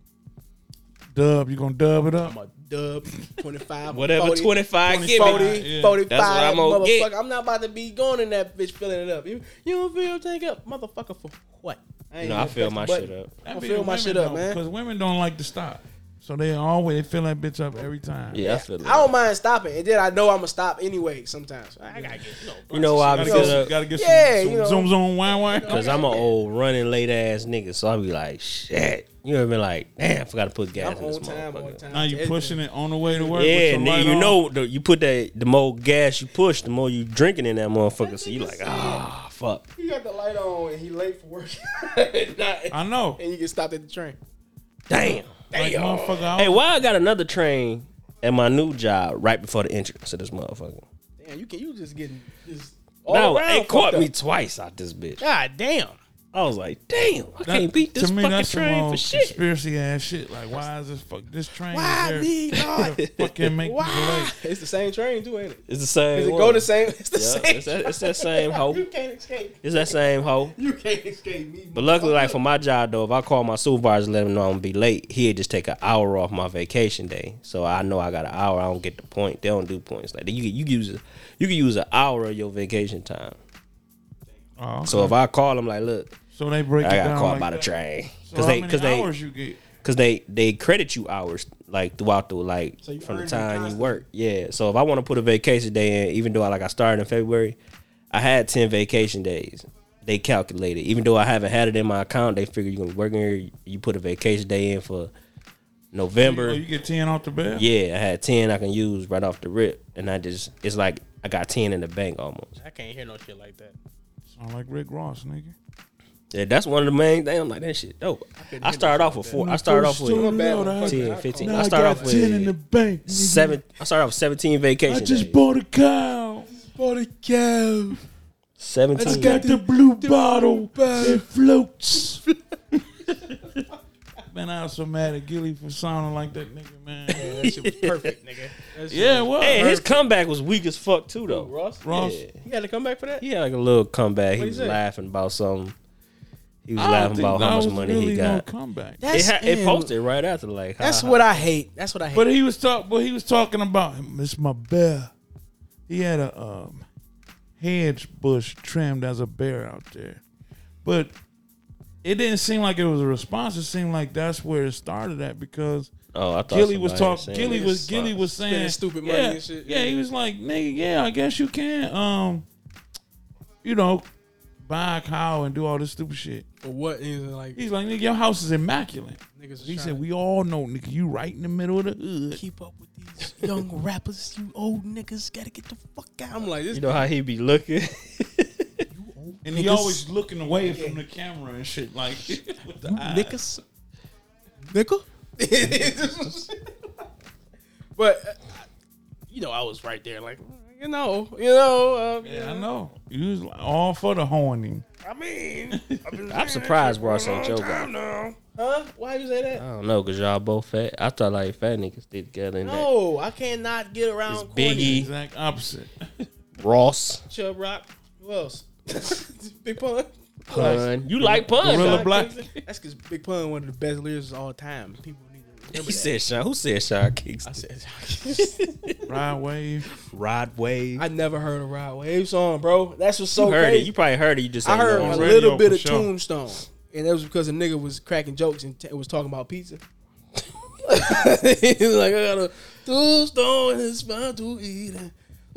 dub. You gonna dub it up?
I'm a dub, 25,
Whatever,
40,
twenty five,
25,
give
40,
me.
Yeah.
45,
That's what I'm gonna
motherfucker.
get.
I'm not about to be going in that bitch filling it up. You, you don't feel tank up, motherfucker, for what? ain't
No,
gonna
I
press
fill
the
my
button.
shit up.
I'm gonna fill my shit up, man.
Because women don't like to stop, so they always they fill that bitch up every time.
Yeah, I feel it.
I don't mind stopping, and then I know I'm gonna stop anyway. Sometimes I gotta get you know,
you know why?
Gotta get,
Because
Because,
some, gotta get some-
Yeah,
some,
you know.
zoom zoom wine wine.
because I'm an old running late ass nigga, so I be like, shit. You know what I mean? Like, damn, I forgot to put gas
I'm
in this
on time, on
motherfucker.
time.
Now you pushing it on the way to work.
Yeah,
with your
nigga,
light
you
on.
know the, you put that the more gas you push, the more you drinking in that motherfucker. So you like, ah, fuck.
You got the light on, and he late for work, and not-
I know.
and you get stopped at the train.
Damn.
Like, motherfucker, I
Hey, why I got another train at my new job right before the entrance of this motherfucker?
Damn, you can you just getting just all
No,
around
it caught
fucked
me
up.
twice out this bitch.
God damn.
I was like, damn, I
That-
can't beat this
to me,
fucking
that's some
train
old
for shit.
Conspiracy ass shit. Like, why is this fuck this train?
Why
is
me,
there
God?
to fucking make people
Why?
late?
It's the same train too, ain't it?
It's the same.
Does it
one.
go the same? It's the
Yeah,
same.
it's that- it's that same hoe.
You can't escape.
It's that same hoe.
You can't escape me.
But luckily, like for my job though, if I call my supervisor, and let him know I'm gonna be late, he'd just take an hour off my vacation day. So I know I got an hour. I don't get the point. They don't do points like that. You can- you can use a, you can use an hour of your vacation time.
Oh, okay.
So if I call him like, look,
so they break it
I
down
got caught
like
by the
that.
train
So
because
how
they
many
because they
hours you get?
because they they credit you hours like throughout the like
you
from the
earn it
time you
constantly.
work. Yeah. So if I want to put a vacation day in, even though I like I started in February, I had ten vacation days. They calculated. Even though I haven't had it in my account, they figure you're gonna be working here. You put a vacation day in for
Oh,
November.
you get ten off the bed.
Yeah, I had ten I can use right off the rip, and I just it's like I got ten in the bank almost.
I can't hear no shit like that.
Sound Oh, like Rick Ross, nigga.
Yeah, that's one of the main things. I'm like that shit dope. I started off with four. I started off with
bad motherfucker.
10, 15.
Now
I started off
got ten in the
with
bank. nigga.
seven. I started off with seventeen vacation.
I just
days.
bought a cow. Bought a cow.
seventeen.
It's got the blue bottle that floats. man, I was so mad at Gilly for sounding like that nigga, man.
That shit was perfect, nigga. That shit-
yeah, what?
hey, his comeback was weak as fuck too, though.
Ross,
Ross.
Yeah.
you had to come back for that.
He had like a little
What'd
comeback. He
he
was
say?
laughing about something. He was
I don't
laughing
think
about
that
how much
was
money
really
he
no
got.
comeback.
It, ha- it
and-
posted right after like.
That's what I hate. That's what I hate.
But he was talk. But he was talking about It's my bear. He had a um, hedge bush trimmed as a bear out there, but it didn't seem like it was a response. It seemed like that's where it started at because
Oh, I thought
Gilly was
somebody
talking.
saying
Gilly
it.
was Gilly was
Spending
saying
stupid
yeah,
money and shit.
Yeah, he was like, nigga, yeah, I guess you can. Um, you know, buy a car and do all this stupid shit.
But what is it like?
He's like, nigga, your house is immaculate.
Niggas
He
is
said,
trying
we all know, nigga, you right in the middle of the hood.
keep up with these young rappers. You old niggas gotta get the fuck out. I'm like this.
You know how he be looking.
And he
Niggas-
always looking away from the camera and shit, like with the eyes.
niggas. Nickel? but, uh, you know, I was right there, like, you know, you know, um,
Yeah, I know. You was like, all for the horning.
I mean, I've been
I'm surprised Ross ain't your guy.
time now. Huh? Why you say
I
that?
don't know, cause y'all both fat. I thought like fat niggas stay together. And that.
No, I cannot get
It's
around Corny,
Biggie,
Exact opposite.
Ross,
Chub Rock. Who else? Big Pun.
Pun. You like Pun?
Gorilla
huh?
Black.
That's because Big Pun one of the best lyrics of all time. People need to remember
He
that.
said Sean. Who said Sean Kingston?
I said,
Ride wave.
Rod Wave.
I never heard a Rod Wave song, bro. That's what's so
you heard
crazy.
it. You probably heard it. You just
I
ain't
heard
know
a
it.
radio
little
for
bit of
sure.
Tombstone, and that was because a nigga was cracking jokes and t- was talking about pizza. He's like, I got a Tombstone, it's fine to eat.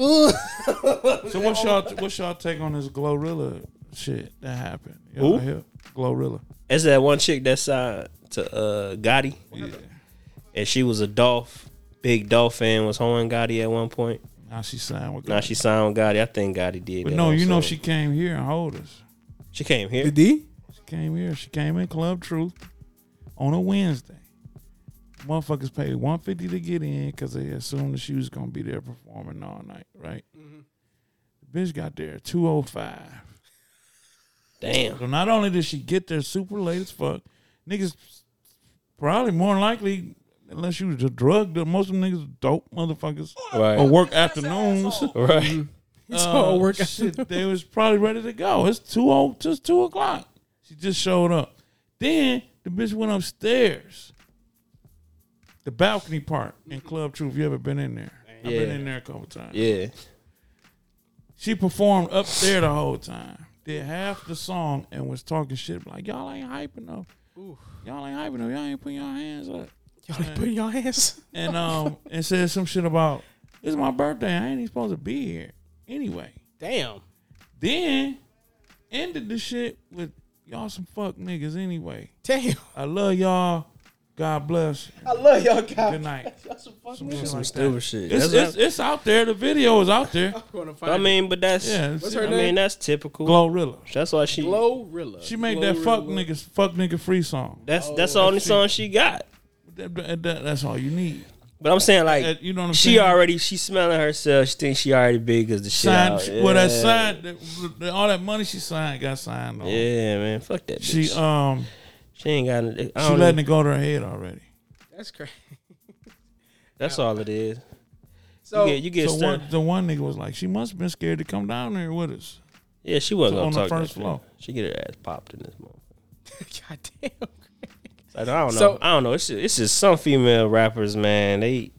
Ooh.
So what's y'all what's y'all take on this Glorilla shit that happened?
Who?
Y'all hear? Glorilla.
It's that one chick that signed to uh, Gotti,
Yeah.
and she was a Dolph, big Dolph fan. Was hoeing Gotti at one point.
Now she signed with
Now she signed with Gotti. I think Gotti did.
But
that
no, you know
also.
she came here and hold us.
she came here.
The D?
She came here. She came in Club Truth on a Wednesday. Motherfuckers paid one fifty to get in because they assumed that she was gonna be there performing all night, right? The bitch got there two oh five.
Damn.
So not only did she get there super late as fuck, niggas probably more than likely, unless you was a drug dealer, most of them niggas dope motherfuckers
Right.
or work afternoons. Uh,
Right.
It's all work.
shit, they was probably ready to go. It's two o just two o'clock. She just showed up. Then the bitch went upstairs. The balcony part in Club Truth. You ever been in there? I've been
Yeah.
in there a couple times.
Yeah.
She performed up there the whole time. Did half the song and was talking shit like y'all ain't hyping though. Y'all ain't hyping though. Y'all ain't putting your hands up.
Y'all ain't putting your hands.
And um and said some shit about it's my birthday. I ain't even supposed to be here anyway.
Damn.
Then ended the shit with y'all some fuck niggas anyway.
Damn.
I love y'all. God bless.
I love y'all guys.
Good night.
That's a fucking
Some shit
Some
like
stupid
that.
shit.
It's,
That's what
it's, it's out there. The video is out there.
I'm gonna
I, I
find it.
mean, but that's.
Yeah,
Yeah,
it's-
I
her
mean,
name?
that's typical.
Glorilla.
That's why she.
Glorilla.
She made that
Glorilla.
fuck niggas fuck nigga free song.
That's
Oh,
that's the only
she-
song she got.
That- that- that- that's all you need.
But I'm saying like
That- Uh, you know what I'm
she
saying?
already she smelling herself. She thinks she already big as the shit.
Signed,
out.
she- Well, that
Yeah.
signed, that- that- all that money she signed got signed on.
Yeah, man. Fuck that. Bitch.
Oh. She
She
um
she ain't got. I
she
don't even-
letting it go to her head already.
That's crazy.
That's all it is.
So
you get you get
so
stirred.
one, the one nigga was like, she must have been scared to come down there with us.
Yeah, she wasn't
So
gonna
on
talk
the first
that
floor.
shit. She get her ass popped in this moment.
goddamn.
I don't know.
So-
I don't know. It's just, it's just some female rappers, man. They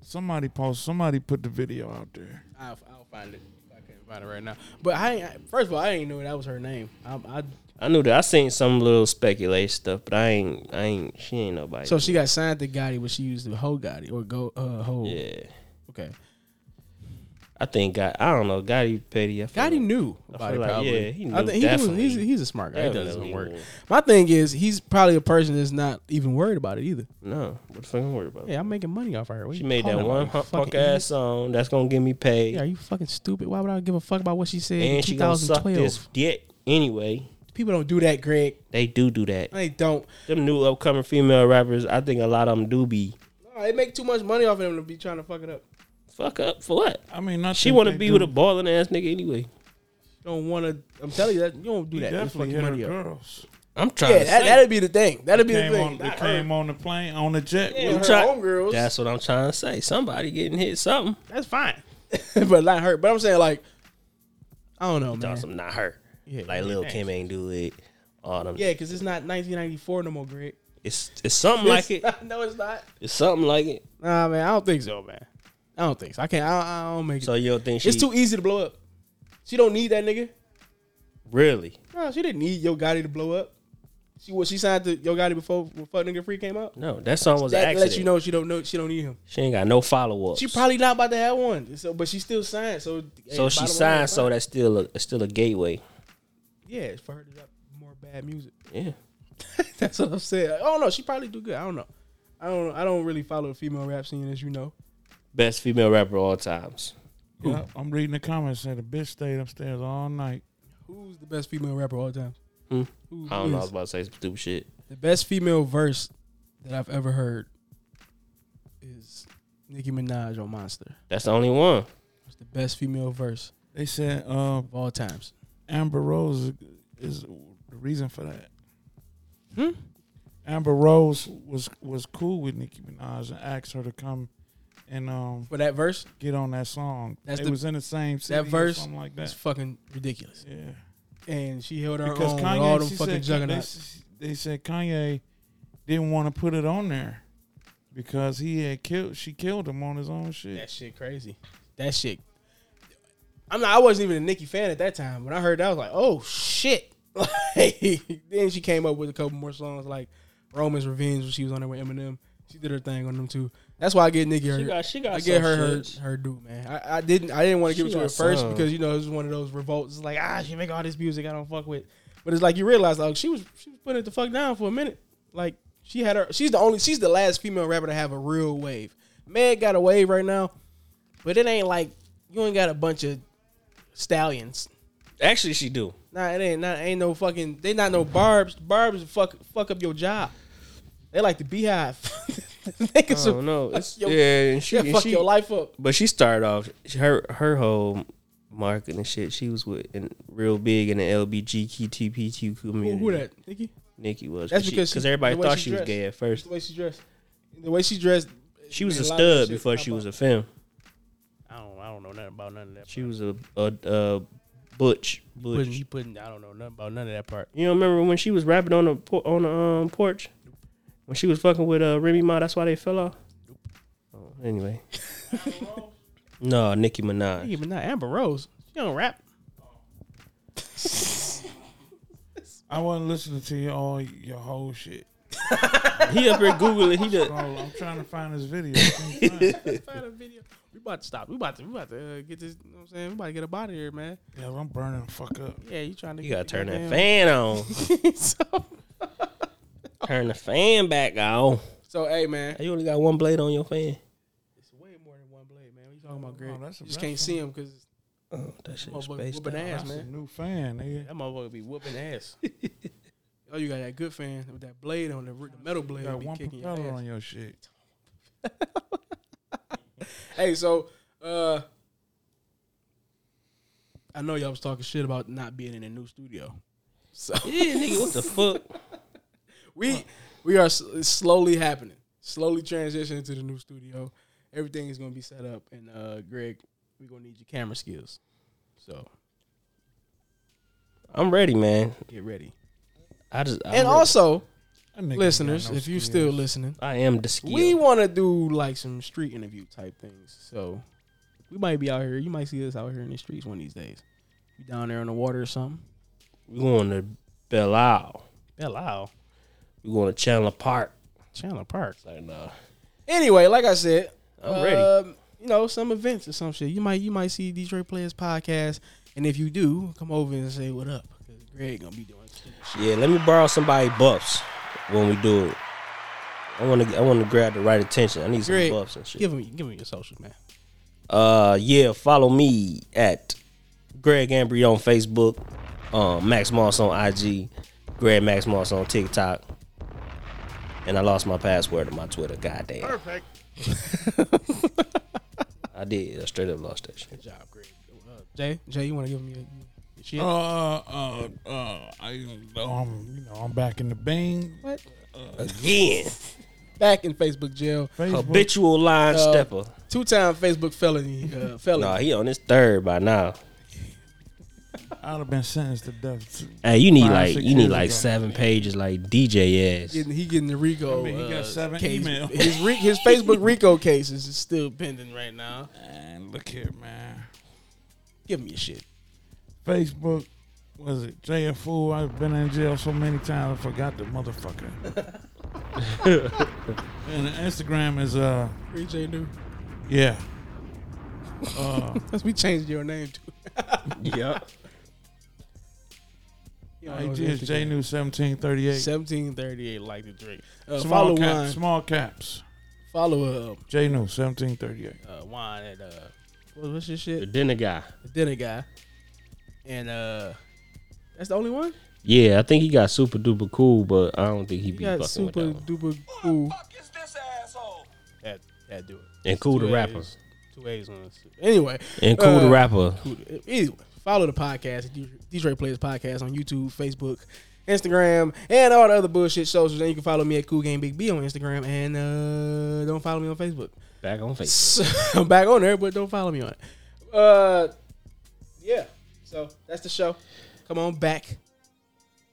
Somebody post. Somebody put the video out there.
I'll, I'll find it. I can't find it right now. But I, ain't- I first of all, I didn't know that was her name. I,
I knew that I seen some little speculation stuff, but I ain't I ain't she ain't
I
nobody.
so she got signed to Gotti, but she used the whole Gotti or go uh whole.
yeah.
Okay,
I think God, I don't know. Gotti petty. I feel
Gotti
like-
knew
I
about it.
feel like,
Probably.
yeah, he
I
knew,
think he was,
definitely.
he's, he's a smart guy. He does his
Definitely
work.
knew.
My thing is, he's probably a person that's not even worried about it either.
No, what the fuck I'm worried about?
Yeah, I'm making money off her. What
She
you
made that
talking
one
about, you
hu- punk
fucking
ass
idiot?
song that's gonna get me paid,
Yeah, are you fucking stupid? Why would I give a fuck about what she said in
and she gonna suck
2012?
this dick anyway.
People don't do that, Greg.
They do do that.
They don't.
Them new upcoming female rappers, I think a lot of them do be
No, they make too much money off of them to be trying to fuck it up.
fuck up for what?
I mean, not
She want to be with a balling ass nigga anyway.
don't want to. I'm telling you that you don't do that. You're fucking
Definitely hit her
money up.
girls.
I'm trying
Yeah,
to
that,
say.
that'd be the thing. That'd be the
Came on,
thing.
they
Not
came on the plane on the jet.
her. Yeah,
with
her
try-
homegirls. That's,
That's what I'm trying to say. Somebody getting hit something.
fine, but not her. But I'm saying like, I don't know, man.
That's something not her.
Yeah,
like Lil Kim ain't do it. All them.
Yeah, because it's not 1994 no more, Greg.
It's it's something like it.
no, it's not.
It's something like it.
Nah, man, I don't think so, man. I don't think so. I can't. I, I don't make it.
So you don't think she?
it's too easy to blow up. She don't need that nigga.
really.
No, she didn't need Yo Gotti to blow up. She was she signed to Yo Gotti before before Fuck Nigga Free came out.
No, that song was an
That
accident.
lets you know she don't know she don't need him.
she ain't got no follow up.
She probably not about to have one. So, but she still signed. So,
So she signed. So that's still a it's still a gateway.
yeah, it's for her to drop more bad music.
Yeah.
That's what I'm saying. I don't know. She probably do good. I don't know. I don't. I don't really follow the female rap scene, as you know.
Best female rapper of all times.
Yeah, I'm reading the comments. Said the bitch stayed upstairs all night.
Who's the best female rapper of all time?
Hmm.
Who
I don't know. I
is
was about to say some stupid shit.
The best female verse that I've ever heard is Nicki Minaj on Monster.
That's the only one.
It's the best female verse
They said uh,
of all times.
Amber Rose is the reason for that.
Hmm?
Amber Rose was was cool with Nicki Minaj and asked her to come and um
For that verse,
get on that song.
That's
That's it
the-
was in the same city
that verse
or something like
it's
that.
fucking ridiculous.
Yeah,
And she held her
because
own
Kanye,
with all them
she
fucking
said,
juggernauts.
They, they said Kanye didn't want to put it on there because he had killed. She killed him on his own shit.
That shit crazy. That shit. I'm not. I wasn't even a Nicki fan at that time. When I heard that, I was like, "Oh shit!" Like, then she came up with a couple more songs like "Roman's Revenge" when she was on there with Eminem. She did her thing on them too. That's why I get Nicki. Her,
She
I get her her, her due, man. I, I didn't. I didn't want to give it
She
to her
got
first
some.
because you know it was one of those revolts. It's like ah, she make all this music I don't fuck with, but it's like you realize like she was she was putting it the fuck down for a minute. Like she had her. She's the only. She's the last female rapper to have a real wave. Meg got a wave right now, but it ain't like you ain't got a bunch of stallions.
Actually, she do.
Nah, it ain't. Not ain't no fucking. They not no barbs. Barbs fuck fuck up your job. They like the beehive. they can
I
su-
don't know. It's,
Yo,
yeah, and Oh, she,
yeah,
and
fuck
she-
your life up.
But she started off her her whole marketing shit. She was with and real big in the LBGTPQ
Who,
community.
who that? Nicki.
Nikki was.
That's because
That's because
she-
because everybody
the way
thought
she
she was
dressed.
gay at first.
The way she dressed, the way she dressed,
She was
made
a
lot of that
stud
shit
before
pop
she
up.
was a femme.
I don't, I don't know nothing about none of that.
She was a a, a butch butch.
you putting, I don't know nothing about none of that part.
You don't remember when she was rapping on the por- on the um, porch when she was fucking with uh, Remy Ma? That's why they fell off. Oh, anyway, no, Nicki Minaj.
Even not Amber Rose, she don't rap.
I wasn't listening to you all your whole shit.
He up here googling. He
Oh,
just
I'm trying to find this video. I can't find it.
Find a video. We about to stop. We about to, we about to uh, get this. You know what I'm saying, we about to get up out of here, man.
yeah, I'm burning the fuck up.
Yeah, you trying to?
you gotta turn that fan on.
fan. so,
Turn the fan back on.
so, hey, man.
You only got one blade on your fan.
It's way more than one blade, man. What you talking about, Greg?
Oh, that's a
you just
rough
can't see him because
Oh, that shit
that
is
motherfucker
spaced
whooping
out.
ass,
That's a
man.
new fan, nigga.
That motherfucker be whooping ass. oh, you got that good fan with that blade on the, the metal blade.
You got
be
one
kicking your
propeller
ass.
on your shit.
Hey, so uh I know y'all was talking shit about not being in a new studio. So
Yeah, nigga, what the fuck?
we we are s- it's slowly happening, slowly transitioning to the new studio. Everything is gonna be set up, and uh Greg, we gonna need your camera skills. So
I'm ready, man.
get ready.
I just I'm
and
ready.
also,
That nigga ain't got
listeners,
no
if you
skills.
still listening,
I am the skill.
we want to do like some street interview type things. So we might be out here. You might see us out here in the streets one of these days. You down there on the water or something?
we going to Belle Isle.
Hello.
We going to Chandler Park.
Chandler Park.
It's like nah,
Anyway, like I said,
I'm ready.
um, You know, some events or some shit. You might you might see Detroit Players podcast, and if you do, come over and say what up. Cause Greg gonna be doing stupid shit.
Yeah, let me borrow somebody buffs when we do it. I want to. I want to grab the right attention. I need some
Greg,
buffs and shit.
Give me give me your socials, man.
Uh, yeah. Follow me at Greg Ambry on Facebook. Um, Max Moss on IG. Greg Max Moss on TikTok. And I lost my password to my Twitter. Goddamn. Perfect. I did. I straight up lost that shit.
Good job, Greg. Uh, Jay, Jay, you want to give me your, your shit?
Uh-huh.
Uh, uh, uh, I, um, you know, I'm back in the bang.
what?
Again.
Back in Facebook jail,
Facebook.
Habitual line
Uh,
stepper.
two time Facebook felony, uh, felony.
Nah, he on his third by now.
I'd have been sentenced to death.
Hey, you need
Five,
like
six
you need
years
like
ago.
seven pages like DJ ass.
Getting, he getting the Rico.
I mean, he got
uh,
seven
case.
emails.
His re- his Facebook Rico case is still pending right now.
And look here, man.
Give me your shit.
Facebook, was it JF Fool? I've been in jail so many times, I forgot the motherfucker. and Instagram is uh,
Free J New.
yeah. Uh,
That's we changed your name to.
Yep.
I know
ATS J
Instagram.
New 1738.
1738 like the drink. Uh, follow
Small, cap,
wine.
small caps.
Follow uh,
J New 1738.
uh wine at uh what- what's this
The
shit?
dinner guy.
The dinner guy. And uh that's the only one?
Yeah, I think he got super duper cool, but I don't think he
You
be
got
fucking
super
with that one.
duper cool.
is this asshole?
That that do it.
And cool the
Two
rapper.
A's. Two A's on this. Anyway.
And cool the
uh,
rapper.
Cool. Anyway, follow the podcast, Detroit Players Podcast on YouTube, Facebook, Instagram, and all the other bullshit socials. And you can follow me at Cool Game Big B on Instagram, and uh, don't follow me on Facebook.
Back on face.
So, I'm back on there, but don't follow me on it. Uh, yeah. So that's the show. Come on back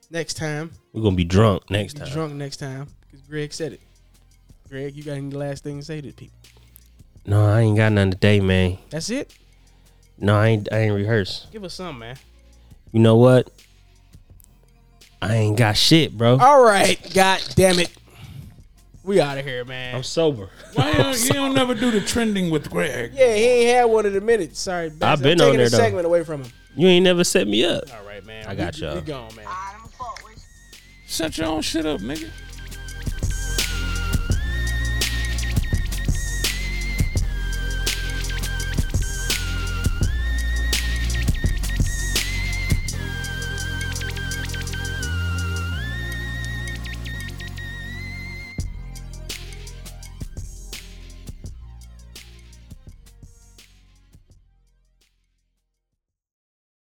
next time.
We're gonna be drunk next
Be
time.
drunk next time because Greg said it. Greg, you got any last thing to say to the people?
No, I ain't got nothing today, man.
That's it.
No, I ain't I ain't rehearse.
Give us some, man.
You know what? I ain't got shit, bro.
All right. God damn it. We out of here, man.
I'm sober.
Why you don't- you don't never do the trending with Greg?
Yeah, he ain't had one in a minute. Sorry, Benson.
I've been
I'm taking
on there,
a
though.
segment away from him.
You ain't never set me up.
All right, man.
I got
We-
y'all.
We gone, man.
Set your own shit up, nigga.